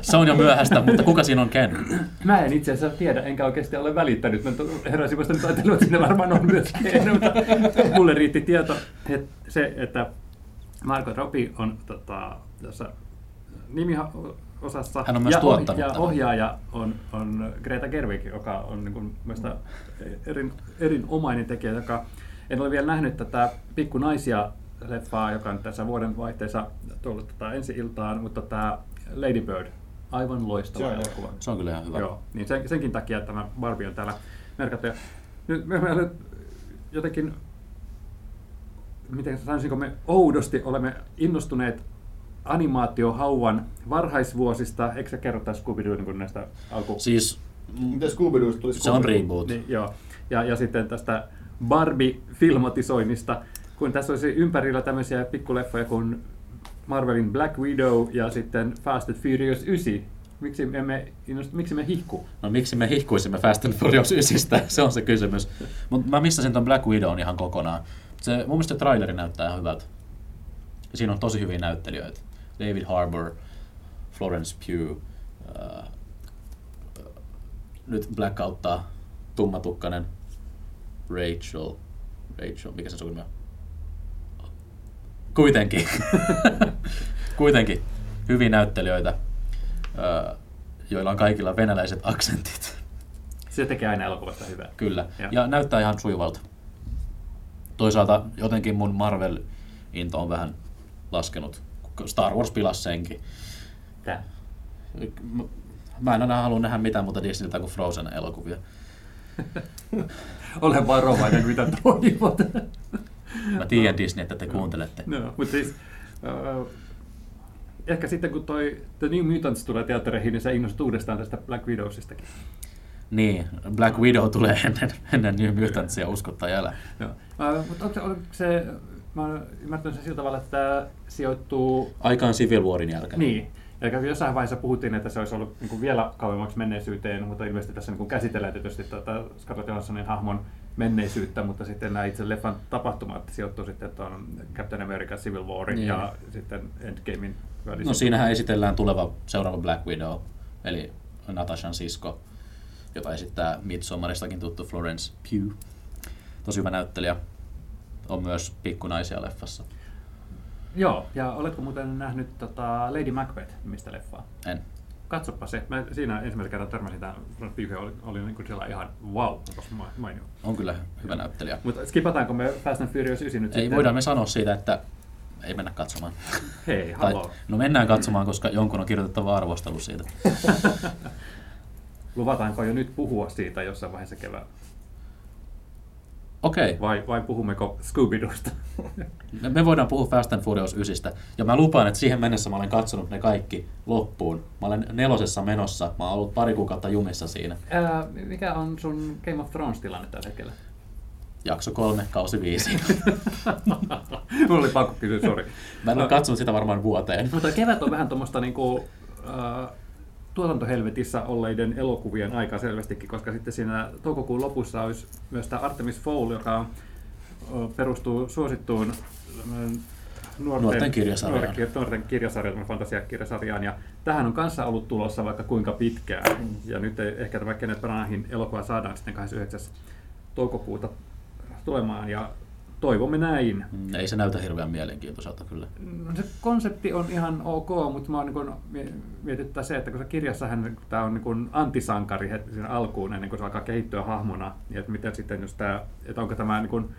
B: Se on jo myöhäistä, mutta kuka siinä on Ken?
D: Mä en itse asiassa tiedä, enkä oikeasti ole välittänyt. Mä to- heräsin vasta nyt ajatellut, että siinä varmaan on myös keino, mutta mulle riitti tieto, että se, että Marko Ropi on tota, tässä nimiosassa.
B: Hän on myös
D: ja
B: tuottanut
D: Ja
B: tämän.
D: ohjaaja on, on Greta Gerwig, joka on niin kuin, mielestä erin, erinomainen tekijä, joka en ole vielä nähnyt tätä Pikku naisia leffaa, joka on tässä vuoden vaihteessa tullut tätä ensi iltaan, mutta tämä Lady Bird, aivan loistava
C: Se on
D: elokuva.
B: Se on kyllä ihan hyvä.
D: Joo, niin sen, senkin takia tämä Barbie on täällä merkattu. Ja nyt me me nyt jotenkin, miten sanoisinko me oudosti olemme innostuneet animaatiohauvan varhaisvuosista. Eikö sä kerro tässä Scooby-Doo niin näistä alku...
B: Siis mm,
C: Mitä Scooby-Doosta tuli
B: se on
C: Scooby-Doo?
B: reboot.
D: Niin, joo. Ja, ja sitten tästä Barbie-filmatisoinnista, kun tässä olisi ympärillä tämmöisiä pikkuleffoja kuin Marvelin Black Widow ja sitten Fast and Furious 9. Miksi emme, innostu, miksi me hihku?
B: No miksi me hihkuisimme Fast and Furious 9, (laughs) se on se kysymys. Mutta mä missasin ton Black Widown ihan kokonaan. Se, mun mielestä se traileri näyttää ihan hyvältä. Ja siinä on tosi hyviä näyttelijöitä. David Harbour, Florence Pugh, äh, nyt blackouttaa tummatukkanen Rachel. Rachel, mikä se sukunimi on? Kuitenkin. (laughs) Kuitenkin. Hyviä näyttelijöitä, äh, joilla on kaikilla venäläiset aksentit. (laughs)
D: Se tekee aina elokuvasta hyvää.
B: Kyllä. Ja.
D: Ja.
B: ja näyttää ihan sujuvalta. Toisaalta jotenkin mun Marvel-into on vähän laskenut. Star Wars pilasi senkin.
D: Tää.
B: M- Mä en aina halua nähdä mitään muuta Disneyltä kuin Frozen-elokuvia.
D: Ole varovainen, mitä toivot.
B: Mä tiedän Disney, että te kuuntelette.
D: (laughs) no, mutta siis, äh, ehkä sitten kun toi The New Mutants tulee teattereihin, niin sä innostut uudestaan tästä Black Widowsistakin.
B: Niin, Black Widow tulee ennen, ennen New Mutantsia, usko tai älä.
D: Joo. Äh, mutta onko se, onko se, mä oon ymmärtänyt sen sillä tavalla, että tämä sijoittuu
B: Aikaan Civil Warin jälkeen.
D: Niin. Eli jossain vaiheessa puhuttiin, että se olisi ollut niinku niin kuin vielä kauemmaksi menneisyyteen, mutta ilmeisesti tässä niin kuin käsitellään tietysti tätä Scarlett Johanssonin tota hahmon menneisyyttä, mutta sitten nämä itse leffan tapahtumat sijoittuu sitten tuon Captain America Civil Warin
B: Niin.
D: niin. ja sitten Endgamein välisiin.
B: No siinähän esitellään tuleva seuraava Black Widow, eli Natashan sisko, jota esittää Midsommaristakin tuttu Florence Pugh. Tosi hyvä näyttelijä. On myös pikkunaisia leffassa.
D: Joo, ja oletko muuten nähnyt tota Lady Macbeth nimistä leffaa?
B: En.
D: Katsoppa se. Mä siinä ensimmäisen kerran törmäsin tämän Front Pyyhön, oli, oli niin kuin siellä ihan wow, onpas ma- mainio.
B: On kyllä hyvä näyttelijä.
D: Mutta skipataanko me Fast and Furious 9 nyt
B: Ei
D: sitten?
B: voidaan me sanoa siitä, että ei mennä
D: (laughs)
B: katsomaan.
D: Hei,
B: Tai,
D: haloo.
B: no mennään katsomaan, koska jonkun on kirjoitettava arvostelu siitä.
D: Luvataanko jo nyt puhua siitä jossain vaiheessa keväällä?
B: Okei, okay.
D: Vai, vai puhummeko Scooby-Doosta?
B: me, me voidaan puhua Fast and Furious 9. Ja mä lupaan, että siihen mennessä mä olen katsonut ne kaikki loppuun. Mä olen nelosessa menossa. Mä oon ollut pari kuukautta jumissa siinä.
D: Ää, mikä on sun Game of Thrones-tilanne tällä hetkellä?
B: Jakso kolme, kausi viisi.
D: (laughs)
B: (laughs)
D: Mulla oli pakko kysyä, sori.
B: Mä en ole katsonut sitä varmaan vuoteen.
D: Mutta kevät on vähän tuommoista niinku, äh, tuotantohelvetissä olleiden elokuvien aika selvästikin, koska sitten siinä toukokuun lopussa olisi myös tämä Artemis Fowl, joka on, ö, perustuu suosittuun ö, nuorten,
B: Nuorten kirjasarjaan.
D: Nuorten, nuorten kirjasarjaan, tämmönen fantasiakirjasarjaan. Ja tähän on kanssa ollut tulossa vaikka kuinka pitkään. Ja nyt ei- ehkä tämä Kenneth Branaghin elokuva saadaan sitten 29. toukokuuta tulemaan. Ja toivomme näin.
B: Mm, Ei se näytä hirveän mielenkiintoiselta kyllä.
D: No se konsepti on ihan ok, mutta mä oon niin mietittää se, että kun se kirjassahän tämä on niin kun antisankari heti siinä alkuun, ennen kuin se alkaa kehittyä hahmona, niin että miten sitten jos tämä, että onko tämä niin kun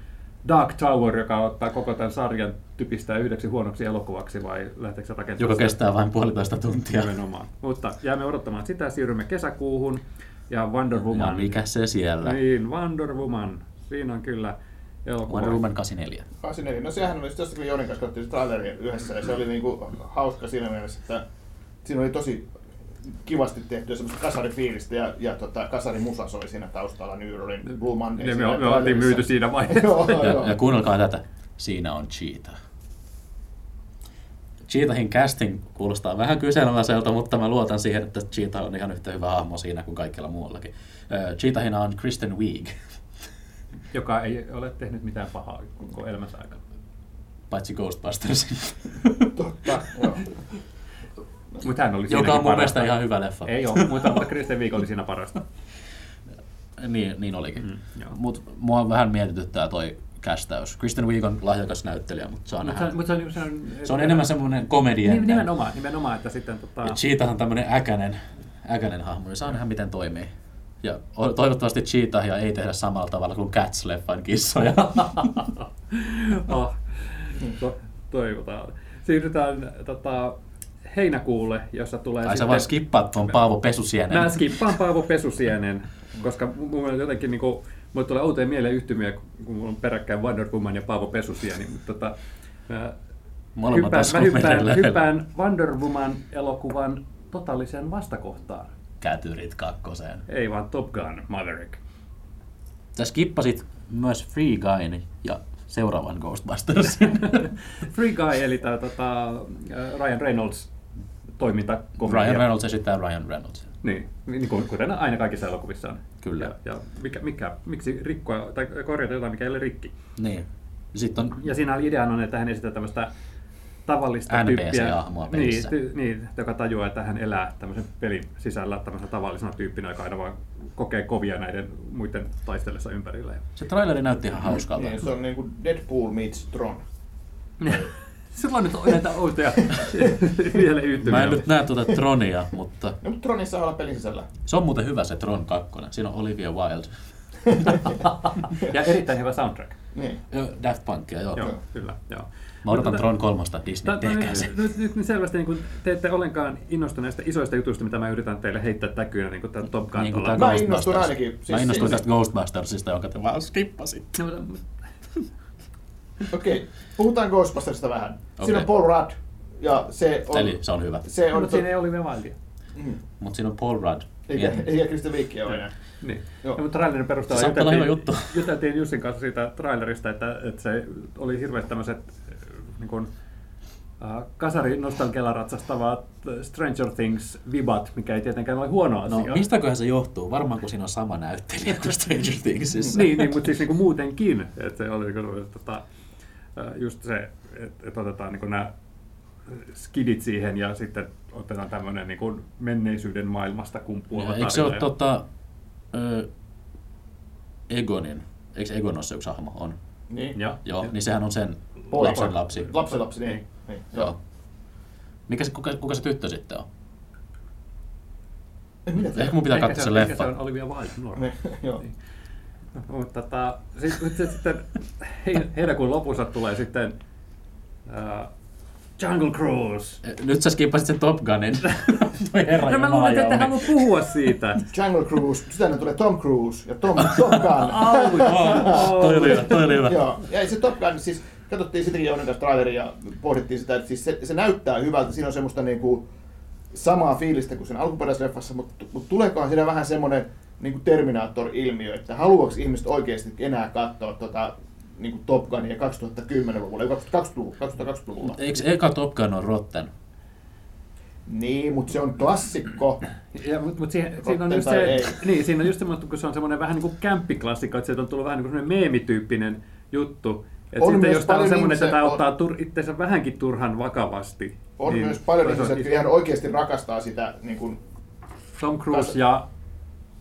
D: Dark Tower, joka ottaa koko tämän sarjan typistää yhdeksi huonoksi elokuvaksi vai lähteekö se rakentamaan
B: Joka
D: sitä-
B: kestää vain puolitoista tuntia.
D: nimenomaan. Mutta jäämme odottamaan sitä, siirrymme kesäkuuhun ja Wonder
B: Ja
D: Woman.
B: mikä se siellä?
D: Niin, Wonder Woman. Siinä on kyllä elokuva.
B: Wonder Woman 84.
C: 84. No sehän oli sitten kun Jonin kanssa katsottiin se traileri yhdessä ja se oli niinku hauska siinä mielessä, että siinä oli tosi kivasti tehty semmoista kasarifiilistä ja, ja tota, kasarimusa soi siinä taustalla New Yorkin Blue
D: Ja
C: Monday.
D: Niin, me,
C: siinä
D: me oltiin
C: trailerissa.
D: myyty siinä vaiheessa.
C: (laughs) joo, joo,
B: Ja, ja
C: joo.
B: kuunnelkaa tätä. Siinä on Cheetah. Cheetahin casting kuulostaa vähän kyseenalaiselta, mutta mä luotan siihen, että Cheetah on ihan yhtä hyvä hahmo siinä kuin kaikilla muuallakin. Ö, Cheetahina on Kristen Wiig, (laughs)
D: joka ei ole tehnyt mitään pahaa koko elämänsä aikana.
B: paitsi Ghostbustersin,
C: Totta, joo.
D: Mutta hän oli
B: joka on mun
D: siinäkin
B: mielestä
D: parasta.
B: ihan hyvä leffa.
D: Ei ole, mutta, mutta Kristen Wiig oli siinä parasta.
B: Niin, niin olikin. Mm,
D: joo.
B: Mut mua vähän mietityttää toi kästäys. Kristen Wiig on lahjakas näyttelijä, mutta saa
D: Mutta
B: nähdä.
D: se, mut se, on, se, on,
B: Se on enemmän semmoinen komedia.
D: Nim- Nimenomaan, nimenomaan, että sitten tota,
B: Ja Cheetah on tämmöinen äkänen, äkänen hahmo, niin saa nähdä miten toimii. Ja o- toivottavasti Cheetahia ei tehdä samalla tavalla kuin Cats-leffan
D: (laughs)
B: kissoja.
D: (laughs) oh, to, toivotaan. Siirrytään tota, heinäkuulle, jossa tulee
B: tai sä vaan skippaat tuon Paavo Pesusienen.
D: Mä skippaan Paavo Pesusienen, koska mun mun mielestä jotenkin niin kuin, mulle tulee outoja mieleen yhtymiä, kun mulla on peräkkäin Wonder Woman ja Paavo Pesusieni, mutta tota, mä
B: Molemmat
D: hyppään,
B: on
D: mä hyppään,
B: Suomen
D: hyppään Wonder Woman elokuvan totaaliseen vastakohtaan.
B: Kätyrit kakkoseen.
D: Ei vaan Top Gun Maverick.
B: Sä skippasit myös Free Guyn ja seuraavan
D: (laughs)
B: Ghostbustersin.
D: Free Guy eli tää, tota, äh, Ryan Reynolds toiminta.
B: Ryan Reynolds esittää Ryan Reynolds.
D: Niin, niin kuin, kuten aina kaikissa elokuvissa on.
B: Kyllä.
D: Ja, ja mikä, mikä, miksi rikkoa tai korjata jotain, mikä ei ole rikki.
B: Niin. Sitten on
D: Ja siinä ideana on, että hän esittää tämmöistä
B: NPC-hahmoa
D: tavallista tyyppiä, niin,
B: pelissä.
D: ty, niin, joka tajuaa, että hän elää tämmöisen pelin sisällä tämmöisenä tavallisena tyyppinä, joka aina vaan kokee kovia näiden muiden taistellessa ympärillä.
B: Se traileri näytti ihan hauskalta.
C: Niin, se on niinku Deadpool meets Tron.
D: Sillä on nyt näitä
B: (laughs)
D: outoja vielä yhtymiä.
B: Mä en nyt näe tuota Tronia, mutta
C: No, mutta Tronissa saa olla pelin sisällä.
B: se on muuten hyvä se Tron 2. Siinä on Olivia Wilde.
D: Ja erittäin hyvä soundtrack.
C: Niin.
B: Joo, Daft Punkia, joo.
D: Joo, kyllä. Joo.
B: Mä odotan
D: Mutta-
B: Tron kolmosta Disney,
D: Tää- tää-
B: Niin, tehkää se.
D: Nyt, nyt, nyt selvästi niin kun te ette ollenkaan innostuneista isoista jutuista, mitä mä yritän teille heittää täkyynä, niin kuin tämä Top Gun.
B: Niin kuin
D: tuolla.
B: tää
C: Mä
B: Ghostbusters.
C: innostuin ainakin.
B: Mä
C: Siis-
B: innostuin
C: siis-
B: tästä Ghostbustersista, jonka te vaan skippasit.
D: No, mutta-
C: Okei, puhutaan Ghostbustersista vähän. Okay. Siinä
B: Okei.
C: on Paul Rudd ja se on...
B: Eli se on hyvä.
C: Se on... Mm.
D: mutta siinä ei ole Vivaldia.
B: Mut siinä on Paul Rudd.
C: Eikä,
B: Mietin.
C: eikä Krista Viikkiä ole enää.
D: Niin.
C: Joo.
D: Ja, mutta trailerin perusteella
B: Se saattaa olla hyvä juttu.
D: juteltiin Jussin kanssa siitä trailerista, että, että se oli hirveät tämmöiset äh, niin eh, kuin, äh, kasari nostalgialla ratsastavat Stranger Things vibat, mikä ei tietenkään ole huono asia.
B: No, mistäköhän se johtuu? Varmaan kun siinä on sama näyttelijä kuin Stranger Thingsissa.
D: (laughs) niin, niin, mutta siis niinku muutenkin, että se oli niinku, semmoinen, tota, äh, just se, että et otetaan niinku nämä skidit siihen ja sitten otetaan tämmöinen niinku menneisyyden maailmasta kumpuava
B: Ja Eikö se ole
D: tarina.
B: tota, ö, Egonin? Eikö Egon ole se yksi hahmo? On.
C: Niin.
D: Ja,
B: Joo, niin sehän on sen
C: Poika.
B: lapsen lapsi.
C: Lapsen lapsi, niin. niin.
B: Joo. Mikä se, kuka, kuka se tyttö sitten on?
C: En minä
B: Ehkä
C: tiedä.
B: mun pitää
D: Ehkä
B: katsoa
D: se
B: se
D: on- ehkä
B: leffa.
D: se on Olivia Wilde nuori.
C: Niin, Joo. (laughs)
D: Mutta tota, sit, mut sit, sitten hei- heinäkuun lopussa tulee sitten uh, Jungle Cruise.
B: E, Nyt sä skippasit sen Top Gunin.
D: (laughs)
B: Voi herra
D: No mä luulen, että ette
B: Jumala,
D: halua puhua siitä.
C: Jungle Cruise, sitä ne tulee Tom Cruise ja Tom, Tom
B: (laughs)
C: Gunn.
B: Joo, Toi oli hyvä, toi oli hyvä.
C: Joo, ja ei se Top Gun, siis katsottiin sitäkin Jounen kanssa traileria ja pohdittiin sitä, että siis se, se näyttää hyvältä, siinä on semmoista niinku samaa fiilistä kuin sen alkuperäisleffassa, mutta, mutta tuleekohan siinä vähän semmoinen niinku Terminator-ilmiö, että haluaako ihmiset oikeasti enää katsoa tota, niinku Top Gunia 2010-luvulla, ei, 2020-luvulla, 2020-luvulla.
B: Eikö eka Top Gun on Rotten?
C: Niin, mutta se on klassikko.
D: Ja, mutta mut siihen, siinä, on
C: Rotten
D: just
C: tai
D: se,
C: ei.
D: niin, siinä on just semmoista, kun se on semmoinen vähän niin kuin kämppiklassikko, että sieltä on tullut vähän niin kuin semmoinen meemityyppinen juttu. Että
C: On
D: sitten
C: myös
D: jos tämä on
C: paljon
D: semmoinen, että
C: ihmisiä-
D: tämä
C: on-
D: ottaa tur, itseensä vähänkin turhan vakavasti.
C: On
D: niin
C: niin, myös paljon
D: se on
C: ihmisiä, jotka
D: iso-
C: ihan oikeasti rakastaa sitä niin kuin
D: Tom Cruise ja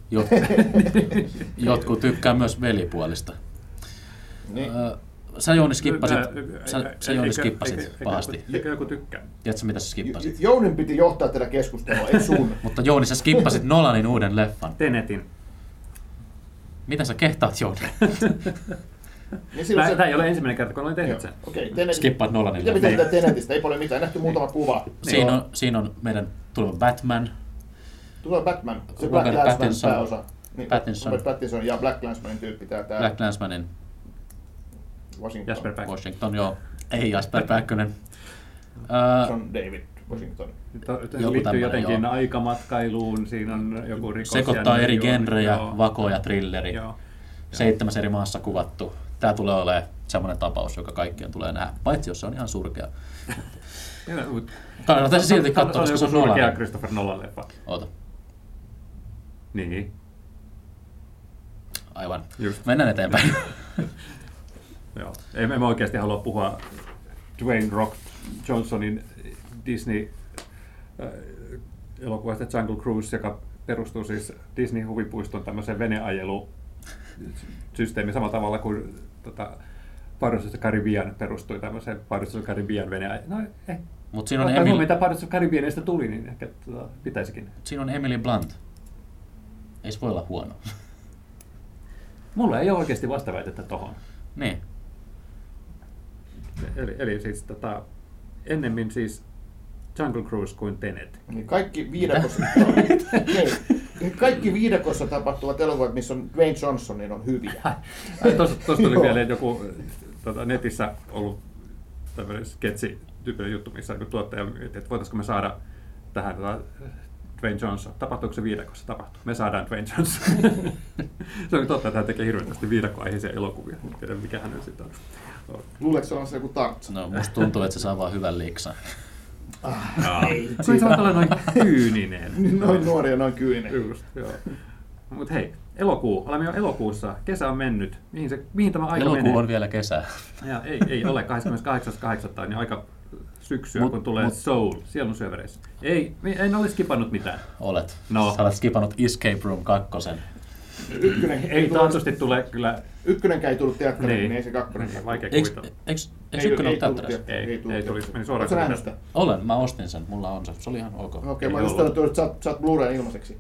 D: (laughs)
B: Jotkut, jotkut tykkää myös velipuolista.
C: Niin.
B: Ö, Sä Jouni skippasit,
D: Ää,
B: sä, sä
D: eikö-
B: Jouni
D: eikö-
B: skippasit
D: eikö- eikö-
B: pahasti.
D: Eikö joku tykkää?
B: Tiedätkö mitä sä skippasit?
C: Jounin piti johtaa tätä keskustelua, ei
B: (laughs)
C: sun.
B: Mutta Jouni, sä skippasit Nolanin uuden leffan.
D: Tenetin.
B: Miten sä kehtaat
D: (laughs)
B: Jouni?
C: Niin
D: Tämä, tämä ei ole ensimmäinen kerta, kun olen tehnyt sen.
C: Okei, okay,
B: Skippaat Nolanin
C: Mitä pitää
B: leffan.
C: tätä Tenetistä? Ei paljon mitään, nähty muutama kuva.
B: Siinä on, siinä on meidän tuleva Batman.
C: Tulee Batman, se
B: Robert
C: Black Landsman
B: Pattinson.
C: pääosa. Niin,
B: Pattinson.
C: Robert Pattinson ja Black Landsmanin tyyppi tää, tää
B: Black Landsmanin
C: Washington.
D: Jasper Back.
B: Washington, joo. Ei Jasper Pääkkönen. Öö,
C: John David Washington.
D: Tämä
B: Joku
D: liittyy
B: tämmönen,
D: jotenkin
B: joo.
D: aikamatkailuun, siinä on joku rikos.
B: sekoittaa
D: ja-
B: eri
D: joo,
B: genrejä,
D: joo.
B: vako ja thrilleri.
D: Joo.
B: Seitsemäs eri maassa kuvattu. Tämä tulee olemaan semmoinen tapaus, joka kaikkien tulee nähdä, paitsi jos se on ihan surkea.
D: Joo, mut-
B: Kannattaa se silti katsoa, koska se on Nolanin.
D: Christopher Nolan leffa.
B: Oota,
D: Niin.
B: aivan.
D: Just.
B: Mennään
D: (laughs)
B: eteenpäin.
D: Joo. Ei me oikeasti halua puhua Dwayne Rock Johnsonin Disney äh, elokuvasta Jungle Cruise, joka perustuu siis Disney huvipuiston tämmöiseen veneajelusysteemiin samalla tavalla kuin tota, Pirates of the Caribbean perustui tämmöiseen Pirates of the Caribbean veneajeluun. No, eh.
B: Mutta siinä, on
D: Ottaen huomioon,
B: Emily,
D: mitä Pirates of Caribbeanista tuli, niin ehkä tota, pitäisikin.
B: siinä on Emily Blunt. Ei se voi olla
D: (laughs)
B: huono.
D: Mulla ei ole oikeasti vastaväitettä tohon.
B: niin.
D: Eli, eli siis tota, ennemmin siis Jungle Cruise kuin Tenet.
C: Niin kaikki viidakossa, (laughs) Niin, kaikki viidakossa tapahtuvat elokuvat, missä on Dwayne Johnson, niin on hyviä.
D: Tuossa, tuossa tuli
C: Joo.
D: mieleen joku tota, netissä ollut tämmöinen sketsi tyyppinen juttu, missä joku tuottaja mietti, että voitaisiinko me saada tähän tota, Dwayne Johnson. Tapahtuuko se viidakossa? Tapahtuu. Me saadaan Dwayne Johnson. (laughs) se on totta, että hän tekee hirveästi viidakkoaiheisia elokuvia. En tiedä, mikä hän sitten on.
C: Luuleeko se on se joku Tartsa? Ah,
B: No, musta tuntuu, että se saa vaan hyvän liksan.
D: Kuinka sä oot olla noin kyyninen?
C: (laughs) Niin, Noin nuori ja noin kyyninen.
D: Just, joo. Mut hei, elokuu. Olemme jo elokuussa. Kesä on mennyt. Mihin, se, mihin tämä aika menee?
B: Elokuu on vielä kesää.
D: Ja, ei, ei ole 28.8. niin aika syksyä,
B: Mut-
D: kun tulee
B: mut-
D: Soul, sielun syövereissä. Ei, mi- en ole skipannut mitään.
B: Olet.
D: No.
B: Sä olet skipannut Escape Room 2.
C: Ykkönen,
D: Ei Niin, taatusti tule kyllä,
C: Ykkönenkään ei tullut teatteriin,
D: Niin.
C: niin, ei se kakkonen.
D: niin, vaikea
B: Eikö
D: kuvitella.
B: ykkönen ole teatterissa?
D: Ei, ei tullut. Meni suoraan
C: suoraan. Oletko
D: kuvitella.
C: nähnyt sitä?
B: Olen, mä ostin sen, mulla on se. Se oli ihan ok.
C: No Okei,
D: Ei
C: mä just
D: ollut.
C: sanoin, että saat, saat Blu-rayn ilmaiseksi.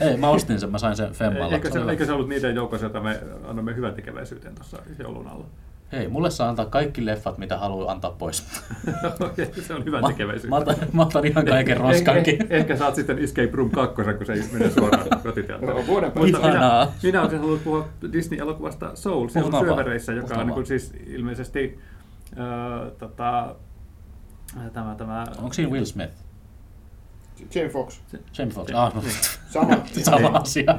B: Ei, mä ostin sen, mä sain sen Femmalla.
D: Eikö se, eikö se ollut niiden joukossa, joita me annamme hyvän tekeväisyyteen tuossa joulun alla? (laughs)
B: Hei, mulle saa antaa kaikki leffat, mitä haluaa antaa pois.
D: (laughs) Okei, se on hyvän
B: Mä,
D: tekeväisyys.
B: mä, otan, mä otan ihan kaiken roskankin.
D: Eh, eh, ehkä saat sitten Escape Room 2, kun se ei mene suoraan (laughs)
C: No,
D: kotiteatteriin.
C: vuoden päästä.
D: Mutta minä,
B: Ihanaa.
D: minä olisin halunnut puhua Disney-elokuvasta Soul, se on
B: Puhutaan vaan.
D: syövereissä, joka on
B: Puhutaan
D: niin kuin
B: vaan.
D: siis ilmeisesti öö, tota, tämä, tämä,
B: Onko siinä Will Smith?
C: Jane Fox.
B: Jamie Foxx? Ah, no. (laughs)
C: Sama.
B: Sama
D: (laughs)
B: asia.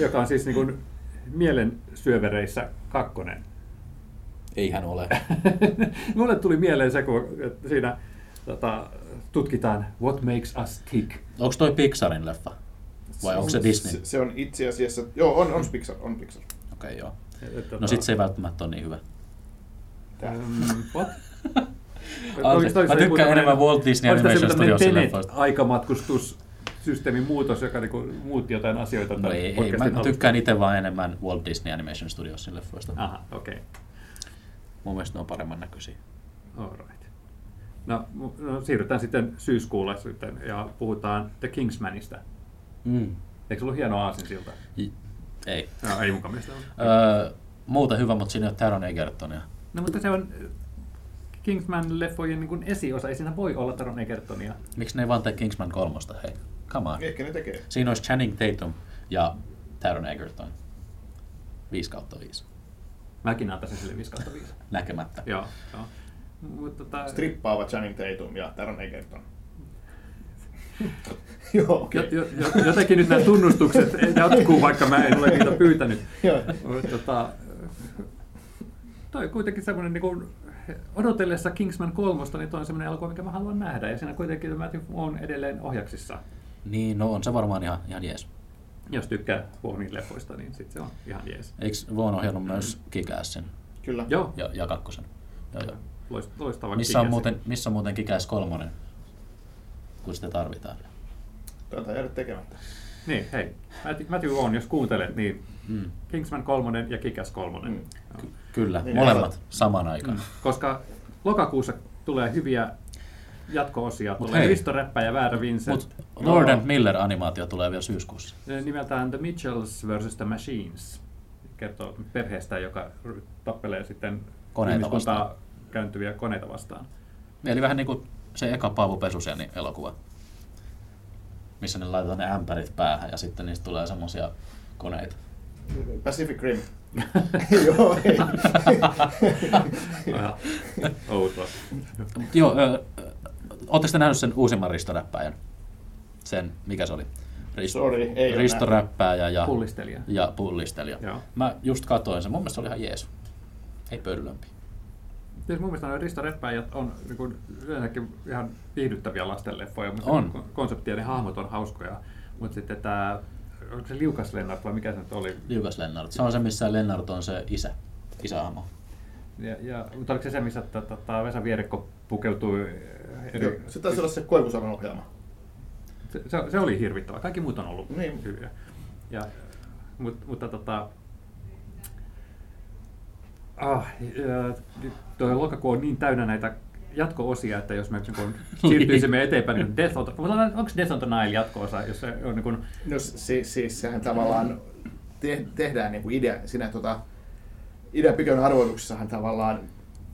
D: joka on siis niin kuin mielen syövereissä kakkonen.
B: Ei hän ole.
D: (laughs) Mulle tuli mieleen se, kun siinä tota, tutkitaan What Makes Us Tick.
B: Onko toi Pixarin leffa? Vai onko se Disney?
C: Se, se on itse asiassa, joo, on, on Pixar, on Pixar.
B: Okei, okay, joo.
D: Et- et tota,
B: No sit se ei välttämättä ole niin hyvä. (laughs)
D: mm, What?
B: Anteeksi, mä tykkään enemmän Walt Disney Animation Studiosin leffoista.
D: aikamatkustussysteemin muutos, joka niinku muutti jotain asioita
B: No
D: tämän
B: ei, ei,
D: podcastin
B: mä, mä
D: alusta?
B: tykkään itse vaan enemmän Walt Disney Animation Studiosin leffoista.
D: Aha, okei. Okay.
B: Ah. Mun mielestä ne on paremman näköisiä.
D: Alright. No, mu- no, siirrytään sitten syyskuulle sitten ja puhutaan The Kingsmanista.
B: Mm.
D: Eikö se ollut hieno aasinsilta?
B: Ei.
D: No, ei mukaan mielestä ole.
B: Öö, muuta hyvä, mutta siinä ei ole Taron Egertonia.
D: No mutta se on Kingsman-leffojen niin kuin esiosa, ei siinä voi olla Taron Egertonia.
B: Miksi ne ei vaan tee Kingsman kolmosta? Hei, come on.
C: Ehkä ne tekee.
B: Siinä olisi Channing Tatum ja Taron Egerton. 5 kautta 5.
D: Mäkin antaisin sille 5 5.
B: Näkemättä.
D: joo, joo. Mutta tota,
C: Strippaava Channing Tatum ja Taron Egerton. (laughs) joo, okei.
D: jo, jo, jo, jotenkin nyt nämä tunnustukset jatkuu, vaikka mä en ole niitä pyytänyt.
C: Joo.
D: Mutta tota, toi on kuitenkin semmoinen niin kuin, odotellessa Kingsman kolmosta, niin toi on semmoinen elokuva, mikä mä haluan nähdä. Ja siinä kuitenkin Matthew on edelleen ohjaksissa.
B: Niin, no on se varmaan ihan, ihan jees.
D: Jos tykkää Vaughnin leffoista, niin sit se on ihan jees.
B: Eikö Vaughn ohjannut myös Kikääsin
C: Kyllä.
D: Joo,
B: ja, ja kakkosen? Joo, joo.
D: loist- loistava
B: Missä on,
D: kikäsi.
B: muuten, missä on muuten Kikääs kolmonen, kun sitä tarvitaan?
C: Taitaa jäädä tekemättä.
D: (laughs) Niin, hei. Matthew- Matthew on, jos kuuntelet, niin
B: Mm.
D: Kingsman 3 ja Kikäs 3. Mm.
C: Mm.
B: Ky- kyllä,
C: Niin, Mm.
B: molemmat saman aikaan.
D: Koska lokakuussa tulee hyviä jatko-osia.
B: Mut
D: tulee
B: hei.
D: Risto Räppä ja Väärä Vincent.
B: Mutta Lord
C: No.
B: and Miller-animaatio tulee vielä syyskuussa.
D: Ne Nimeltään The Mitchells vs. The Machines. Kertoo perheestä, joka ry- tappelee sitten
B: Koneita
D: ihmiskuntaa
B: vastaan.
D: kääntyviä koneita vastaan.
B: Eli vähän niin kuin se eka Paavo Pesusieni elokuva, missä ne laitetaan ne ämpärit päähän ja sitten niistä tulee semmoisia koneita.
C: Pacific Rim. (laughs) joo, ei.
B: (laughs)
D: (laughs) Outoa.
B: Mut joo, ö, ö, ootteko te nähnyt sen uusimman ristoräppäjän? Sen, mikä se oli? Rist-
C: Sorry, ei oo
B: Ristoräppääjä ja,
D: Pullistelija.
B: ja pullistelija.
D: Joo.
B: Mä just katoin sen. Mun mielestä se oli ihan jees. Ei pöllömpi.
D: Siis mun mielestä noi Risto Reppäijät on niin kuin, yleensäkin ihan viihdyttäviä lastenleffoja. Musta
B: On.
D: kon- Konsepti ja ne hahmot on hauskoja. Mutta sitten tämä, onko se Liukas Lennart vai mikä se nyt oli?
B: Liukas Lennart. Se on se, missä Lennart on se isä. Isähamo.
D: Ja, ja, mutta oliko se se, missä t- t- Vesa Vierikko pukeutui? eh,
C: Joo,
D: Eri,
C: Niin. Se taisi olla se Koivusaaren ohjaama.
D: se, se, se, oli hirvittävä. Kaikki muut on ollut
C: Niin.
D: hyviä. Ja, mut, mutta tota, Ah, ja tuo lokakuu on niin täynnä näitä jatko-osia, että jos me niin kun siirtyisimme eteenpäin, niin Death on, onko Death on the Nile jatko-osa, jos se on niin kun,
C: No siis, siis sehän tavallaan te, tehdään niin kuin idea, siinä tota, idea pikön arvoituksessahan tavallaan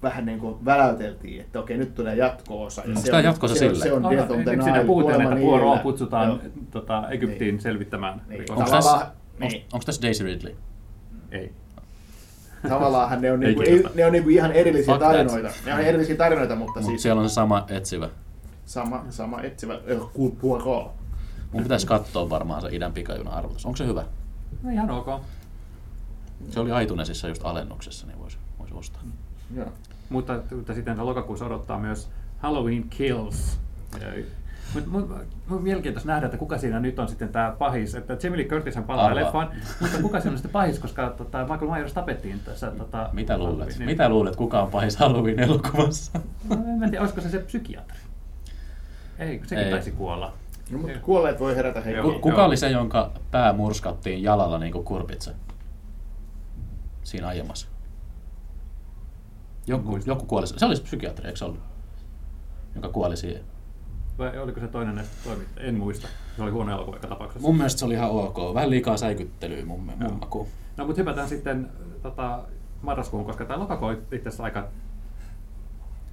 C: vähän niin kuin väläyteltiin, että okei nyt tulee jatko-osa. Ja
B: Onko Mm. tää
C: on-
B: jatko-osa
C: se, on-
B: sille?
C: Se on
D: Ah,
C: Death on the
D: eikö siinä
C: Nile,
D: puhutaan,
C: kuolema
D: että Puoroa
C: niillä.
D: kutsutaan
C: Joo,
D: tota, Egyptiin
C: Niin.
D: selvittämään
C: Niin.
D: rikoksia?
B: Onko
C: Tavallaan-
B: tässä,
C: niin.
B: onks- onks tässä Daisy Ridley?
D: Ei.
C: Tavallaanhan ne on,
D: Ei
C: niinku, ei,
D: kiinnosta.
C: ne on niinku ihan erillisiä
B: Fuck that.
C: tarinoita. Ne on erillisiä tarinoita, mutta
B: Mutta
C: siis
B: siellä on se sama etsivä.
C: sama, sama etsivä, eh, kuin Puoroa.
B: Mun pitäisi katsoa varmaan se idän pikajuna arvotus. Onko se hyvä?
D: No ihan ok.
B: Se oli Aitunesissa just alennuksessa, niin voisi vois ostaa.
C: Joo.
D: Mutta, mutta sitten lokakuussa odottaa myös Halloween Kills. Mutta mun, mun mielenkiintoista nähdä, että kuka siinä nyt on sitten tämä pahis. Että Jamie Lee Curtis palaa
B: Arvaa.
D: leffaan, mutta kuka siinä on sitten pahis, koska tota, Michael Myers tapettiin tässä. Tota,
B: Mitä luulet?
D: Niin,
B: Mitä luulet, kuka on pahis Halloween-elokuvassa?
D: No, en mä tiedä, olisiko se se psykiatri? Ei, kun sekin
B: Ei.
D: taisi kuolla.
C: No, mutta kuolleet voi herätä
B: Ku-
C: henkiin.
B: Kuka
D: Joo.
B: oli se, jonka pää murskattiin jalalla niin kuin kurpitse? Siinä aiemmassa. Joku, joku kuoli. Se oli se psykiatri, eikö se ollut? Joka kuoli siihen.
D: Vai oliko se toinen näistä toimittajista? En muista. Se oli huono elokuva joka tapauksessa.
B: Mun mielestä se oli ihan ok. Vähän liikaa säikyttelyä mun, mun
D: Joo.
B: makuun.
D: No mutta hypätään sitten tota, marraskuuhun, koska tämä lokakuu on itse asiassa aika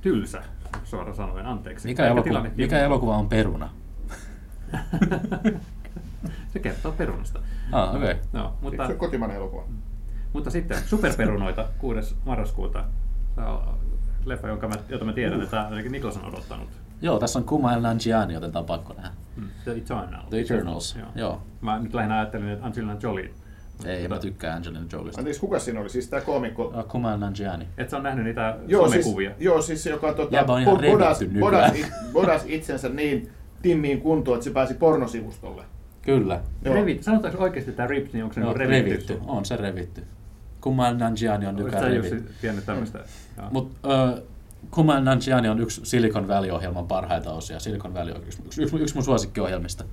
D: tylsä, suoraan sanoen, anteeksi.
B: Mikä,
D: Ehkä
B: elokuva,
D: tilannekin-
B: mikä elokuva on peruna?
D: Se kertoo perunasta.
B: Ah, okei. Okay.
D: No,
C: Eikö
D: mutta,
C: Se on kotimainen elokuva.
D: mutta sitten
C: (laughs)
D: superperunoita 6. marraskuuta. Se on leffa, jonka mä, jota mä tiedän,
B: Uh.
D: että ainakin Niklas on odottanut.
B: Joo, tässä on Kumail Nanjiani, joten tää on pakko nähdä.
D: The Eternal.
B: Hmm. The Eternals.
D: Joo.
B: Joo.
D: Mä nyt lähinnä ajattelin, että Angelina Jolie
B: Ei, mä tykkään Angelina Jolista.
C: Anteeksi, kuka siinä oli? Siis tämä koomikko?
B: Ah, Kumail Nanjiani.
D: Et sä on nähnyt niitä
C: Joo, siis,
D: somekuvia.
C: joo, siis se, joka tota,
B: Jäbä on ihan
C: bo- bodas,
B: revitty
C: bodas,
B: nykyään.
C: it- bodas, itsensä niin timmiin kuntoon, että se pääsi pornosivustolle.
B: Kyllä.
C: Joo.
D: Revit, sanotaanko oikeasti tämä rips, niin onko se
B: No,
D: no,
B: revitty.
D: revitty?
B: On se revitty. Kumail Nanjiani on
D: Oletko
B: nykyään
D: sä
B: revitty. Hmm.
D: Jussi tiennyt tämmöistä? Joo.
B: Mutta uh, Kumail Nanjiani on yksi Silicon Valley-ohjelman parhaita osia. Silicon Valley on yksi, yksi, yksi mun suosikkiohjelmista.
D: Ja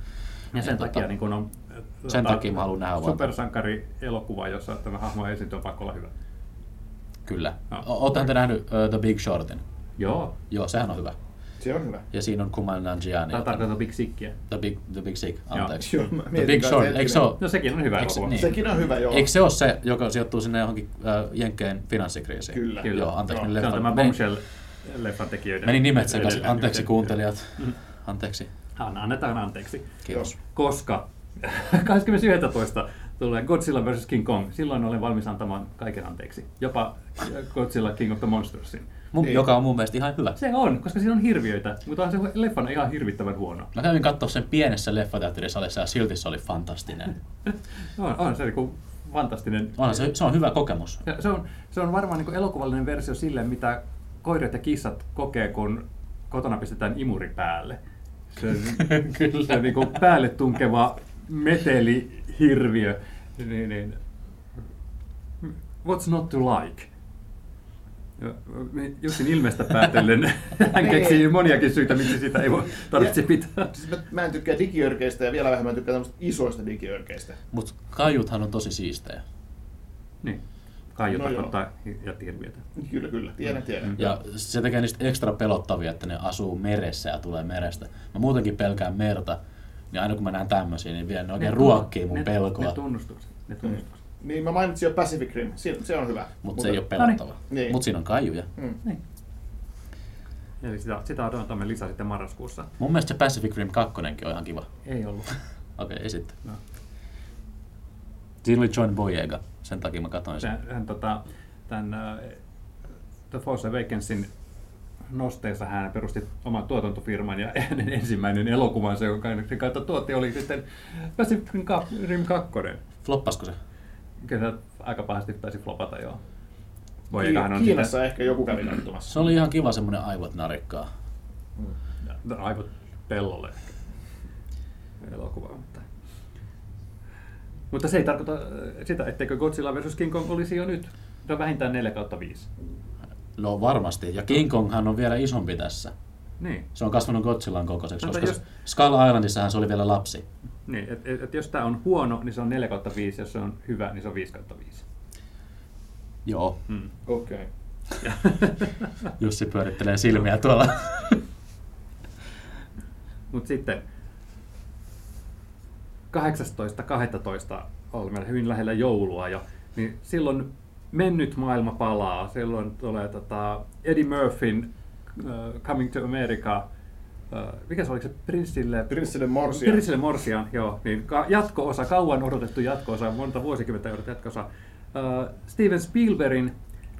D: sen
B: Niin, tota,
D: takia niin kun on... äh,
B: Sen
D: Tota,
B: takia mä haluan nähdä vaan.
D: Supersankari-elokuva, jossa tämä hahmo esiintyy on pakko olla hyvä.
B: Kyllä.
D: Ah.
B: O- Ootteko te nähnyt uh, The Big Shortin?
D: Joo.
B: Joo, sehän on hyvä.
C: Se on hyvä. (laughs)
B: Ja siinä on Kumail Nanjiani.
D: Tämä
B: jota-
D: tarkoittaa Big Sickiä.
B: The Big, the big Sick,
D: Joo.
B: anteeksi.
C: Joo, mä
B: the
C: mietin
B: Big
C: kanssa
B: Short,
C: hetkinen.
B: eikö se ole?
D: No sekin on hyvä
B: Eikö se-
D: elokuva.
B: niin.
C: Sekin on hyvä, joo.
B: Eikö se ole se, joka sijoittuu sinne johonkin äh, Jenkkeen finanssikriisiin?
C: Kyllä.
D: Kyllä.
B: Joo, anteeksi.
C: Joo.
B: meni
D: Se on
B: leffan-
D: tämä
B: meni-
D: Bombshell-leffan tekijöiden.
B: Meni nimet sekaisin.
D: edelleen Mm.
B: Anteeksi
D: yhteen.
B: kuuntelijat. Anteeksi.
D: Anna- Annetaan anteeksi.
B: Kiitos.
D: Koska (laughs) 20.11. tulee Godzilla vs. King Kong. Silloin olen valmis antamaan kaiken anteeksi. Jopa Godzilla King of the Monstersin.
B: Mun,
C: Niin.
B: joka on mun mielestä ihan hyvä.
D: Se on, koska siinä on hirviöitä, mutta on se leffana ihan hirvittävän huono.
B: Mä kävin katsoa sen pienessä leffateatterisalissa ja silti se oli fantastinen.
D: On, on se niinku fantastinen.
B: Onhan se, se on hyvä kokemus.
D: Se- Se, on, se on varmaan niinku elokuvallinen versio sille, mitä koirat ja kissat kokee, kun kotona pistetään imuri päälle.
C: (laughs)
D: Se,
B: Kyllä.
D: se niinku päälle tunkeva meteli, hirviö. Niin, niin. What's not to like? Ja, me- Jussin ilmeestä
C: (laughs)
D: päätellen hän
C: Niin.
D: keksii moniakin syitä, miksi sitä ei voi tarvitse
C: Ja-
D: pitää.
C: Siis mä, mä en tykkää digiörkeistä ja vielä vähemmän tykkään tämmöistä isoista digiörkeistä.
B: Mutta kaiuthan on tosi siistejä.
D: Niin, kaiu
C: No joo.
D: tarkoittaa hi- ja hirviötä.
C: Kyllä, kyllä. Tiedän, tiedän.
B: Ja se tekee niistä ekstra pelottavia, että ne asuu meressä ja tulee merestä. Mä muutenkin pelkään merta, niin aina kun mä näen tämmöisiä, niin vielä ne oikein
D: tun-
B: ruokkii mun
D: ne, Ne
B: pelkoa.
D: tunnustukset. Ne tunnustukset.
C: Niin mä mainitsin jo Pacific Rim. Si- se on hyvä.
B: Mutta se ei ole
D: No niin.
B: pelottava.
C: Niin.
B: Mutta siinä on kaijuja.
D: Niin. Eli sitä, sitä odotamme lisää sitten marraskuussa.
B: Mun mielestä se Pacific Rim 2 on ihan kiva.
D: Ei (laughs) ollut.
B: Okei, okay, sitten.
D: No.
B: Siinä oli John Boyega, sen takia mä katsoin sen.
D: Hän, hän tota, tämän äh, The Force Awakensin nosteessa hän perusti oman tuotantofirman ja (laughs) hänen ensimmäinen elokuvansa, jonka hän sen kautta tuotti, oli sitten Pacific Rim ka- Rim 2.
B: Floppasko se?
D: Kyllä se aika pahasti taisi flopata joo.
C: Ki-
D: Boyegahan on
C: Kiinassa
D: sitä-
C: ehkä joku kävi katsomassa.
B: Se oli ihan kiva semmonen aivot narikkaa.
D: aivot pellolle elokuvaa. Mutta. mutta se ei tarkoita äh, sitä, etteikö Godzilla vs. King Kong olisi jo nyt. Se on vähintään 4 kautta 5.
B: No varmasti. Ja King Konghan on vielä isompi tässä.
D: Niin.
B: Se on kasvanut Godzillan kokoiseksi,
D: Mutta
B: koska
D: jos-
B: just... Skull Islandissahan se oli vielä lapsi.
D: niin et, et, et jos tämä on huono, niin se on 4 kautta 5. Jos se on hyvä, niin se on 5 kautta 5.
B: Joo.
D: Mm.
C: Okei. Okay.
B: Jussi pyörittelee silmiä tuolla.
D: Mutta sitten 18.12. olemme hyvin lähellä joulua jo, niin silloin mennyt maailma palaa. Silloin tulee tota Eddie Murphyn äh, Coming to America, äh, mikä se oli se Prinssille?
C: Prinssille Morsia.
D: Prinssille Morsian, joo. Niin ka- jatko-osa, kauan odotettu jatko-osa, monta vuosikymmentä odotettu jatko-osa. Äh, Steven Spielbergin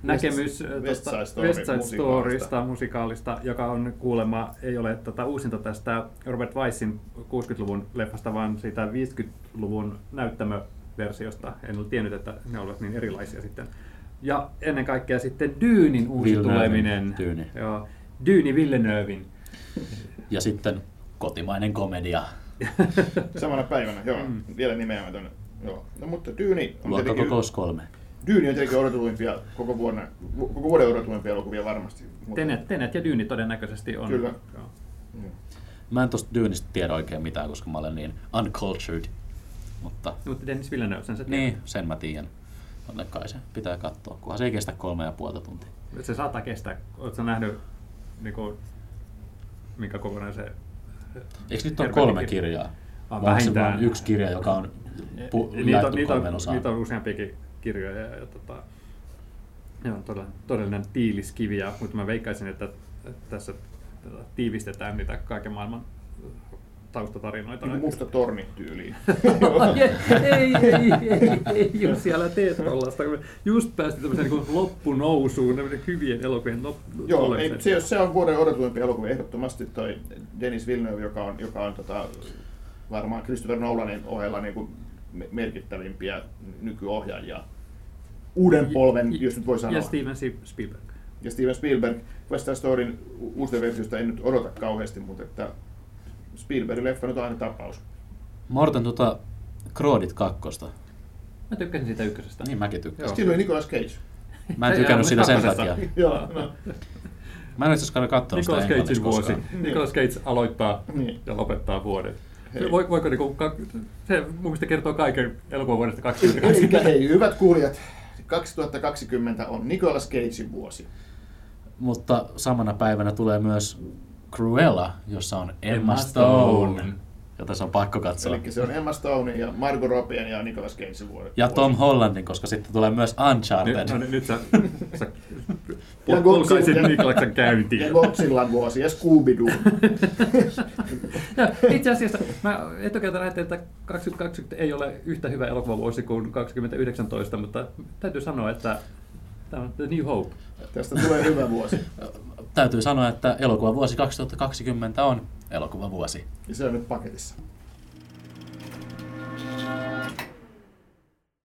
D: näkemys äh,
C: West
D: tuosta
C: Side Story
D: West Side
C: musikaalista.
D: Storysta musikaalista, joka on kuulemma, ei ole tätä uusinta tästä Robert Weissin 60-luvun leffasta, vaan siitä 50-luvun näyttämöversiosta. En ole tiennyt, että ne olivat niin erilaisia sitten. Ja ennen kaikkea sitten Dyynin uusi
B: Villeneuven
D: tuleminen.
B: Dyyni.
D: Joo, Dyyni Villeneuvein.
B: ja sitten kotimainen komedia.
C: Samana päivänä, joo. Mm. Vielä nimeämätön. Joo. No mutta Dyyni on tietenkin,
B: Luokkakokous kolme.
C: Dyyni on tietenkin odotetuimpia koko, vuonna, koko vuoden odotetuimpia elokuvia varmasti. Mutta-
D: Tenet, Tenet ja Dyyni todennäköisesti on.
C: Kyllä.
D: Joo.
C: Joo.
B: Mä en tosta dyynistä tiedä oikein mitään, koska mä olen niin uncultured. Mutta
D: Mutta Dennis Villeneuve sen se
B: niin, sen mä tiedän. Onne kai se pitää katsoa, kunhan se ei kestä kolme ja puolta tuntia.
D: tiedät. Se saattaa kestää. Oletko nähnyt, niin kuin, minkä kokonainen se
B: Eikö nyt ole
D: Herbertin
B: kolme
D: kirja.
B: kirjaa?
D: Ah,
B: Vai onko se
D: vähintään. Eh,
B: vain yksi kirja, joka on pu-
D: Niin, niitä, on-
B: jaettu
D: niitä,
B: kolmeen
D: on,
B: osaan?
D: niitä on useampiakin kirjoja. Ja, ja tota, ne on todella, todellinen tiiliskivi, ja, mutta mä veikkaisin, että tässä tota, tiivistetään niitä kaiken maailman taustatarinoita.
C: Niin kuin musta torni
D: (laughs)
C: tyyliin.
D: ei, ei, ei, ei, ei, jos siellä teet tollaista. Just päästiin tämmöiseen niin loppunousuun, tämmöisen hyvien elokuvien loppu.
C: Joo, ei, se, jos se on vuoden odotuimpi elokuva ehdottomasti toi Dennis Villeneuve, joka on, joka on tota, varmaan Christopher Nolanin ohella niin kuin me- merkittävimpiä nykyohjaajia. Uuden polven, jos nyt voi sanoa.
D: Ja Steven Si- Spielberg.
C: ja Steven Spielberg. West Side Storyn u- uusta versiosta en nyt odota kauheasti, mutta että Spielbergin leffa nyt on aina tapaus.
B: Mä odotan tuota Kroodit kakkosta.
D: Mä tykkäsin siitä ykkösestä.
B: Niin mäkin tykkään.
C: Joo. Siinä oli Nicolas Cage.
B: Mä en
D: Ei,
B: tykännyt
D: ei,
B: siitä sen
D: kakkosesta.
B: takia.
C: Joo, no,
B: Mä en itse asiassa katsonut sitä
E: Nicolas
B: englanniksi
E: Cagein vuosi.
B: koskaan.
E: Nicolas Cage aloittaa
C: Niin.
E: ja lopettaa vuoden.
C: hei.
D: Voi, voiko niinku, ka- se mun mielestä kertoo kaiken elokuvan vuodesta
C: Elikkä
D: 2020.
C: hei, hyvät kuulijat, 2020 on Nicolas Cagein vuosi.
B: Mutta samana päivänä tulee myös Cruella, jossa on Emma
D: Emma
B: Stone,
D: Stone.
B: jota se on pakko katsoa.
C: Eli se on Emma Stone ja Margot Robbie ja Nicolas Cagein vuosi.
B: Ja Tom Hollandin, koska sitten tulee myös
E: Nyt,
B: Uncharted.
E: no, niin, nyt sä, sä
C: Ja
E: pul- pulkaisit
C: Godzilla.
E: Niklaksen käyntiin.
C: Ja Godzillan vuosi ja Scooby-Doo.
D: Ja Itse asiassa mä etukäteen ajattelin, että 2020 ei ole yhtä hyvä elokuvavuosi kuin 2019, mutta täytyy sanoa, että tämä on The New Hope.
C: Tästä tulee hyvä vuosi.
B: Täytyy sanoa, että elokuvavuosi 2020 on elokuvavuosi.
C: Ja se on nyt paketissa.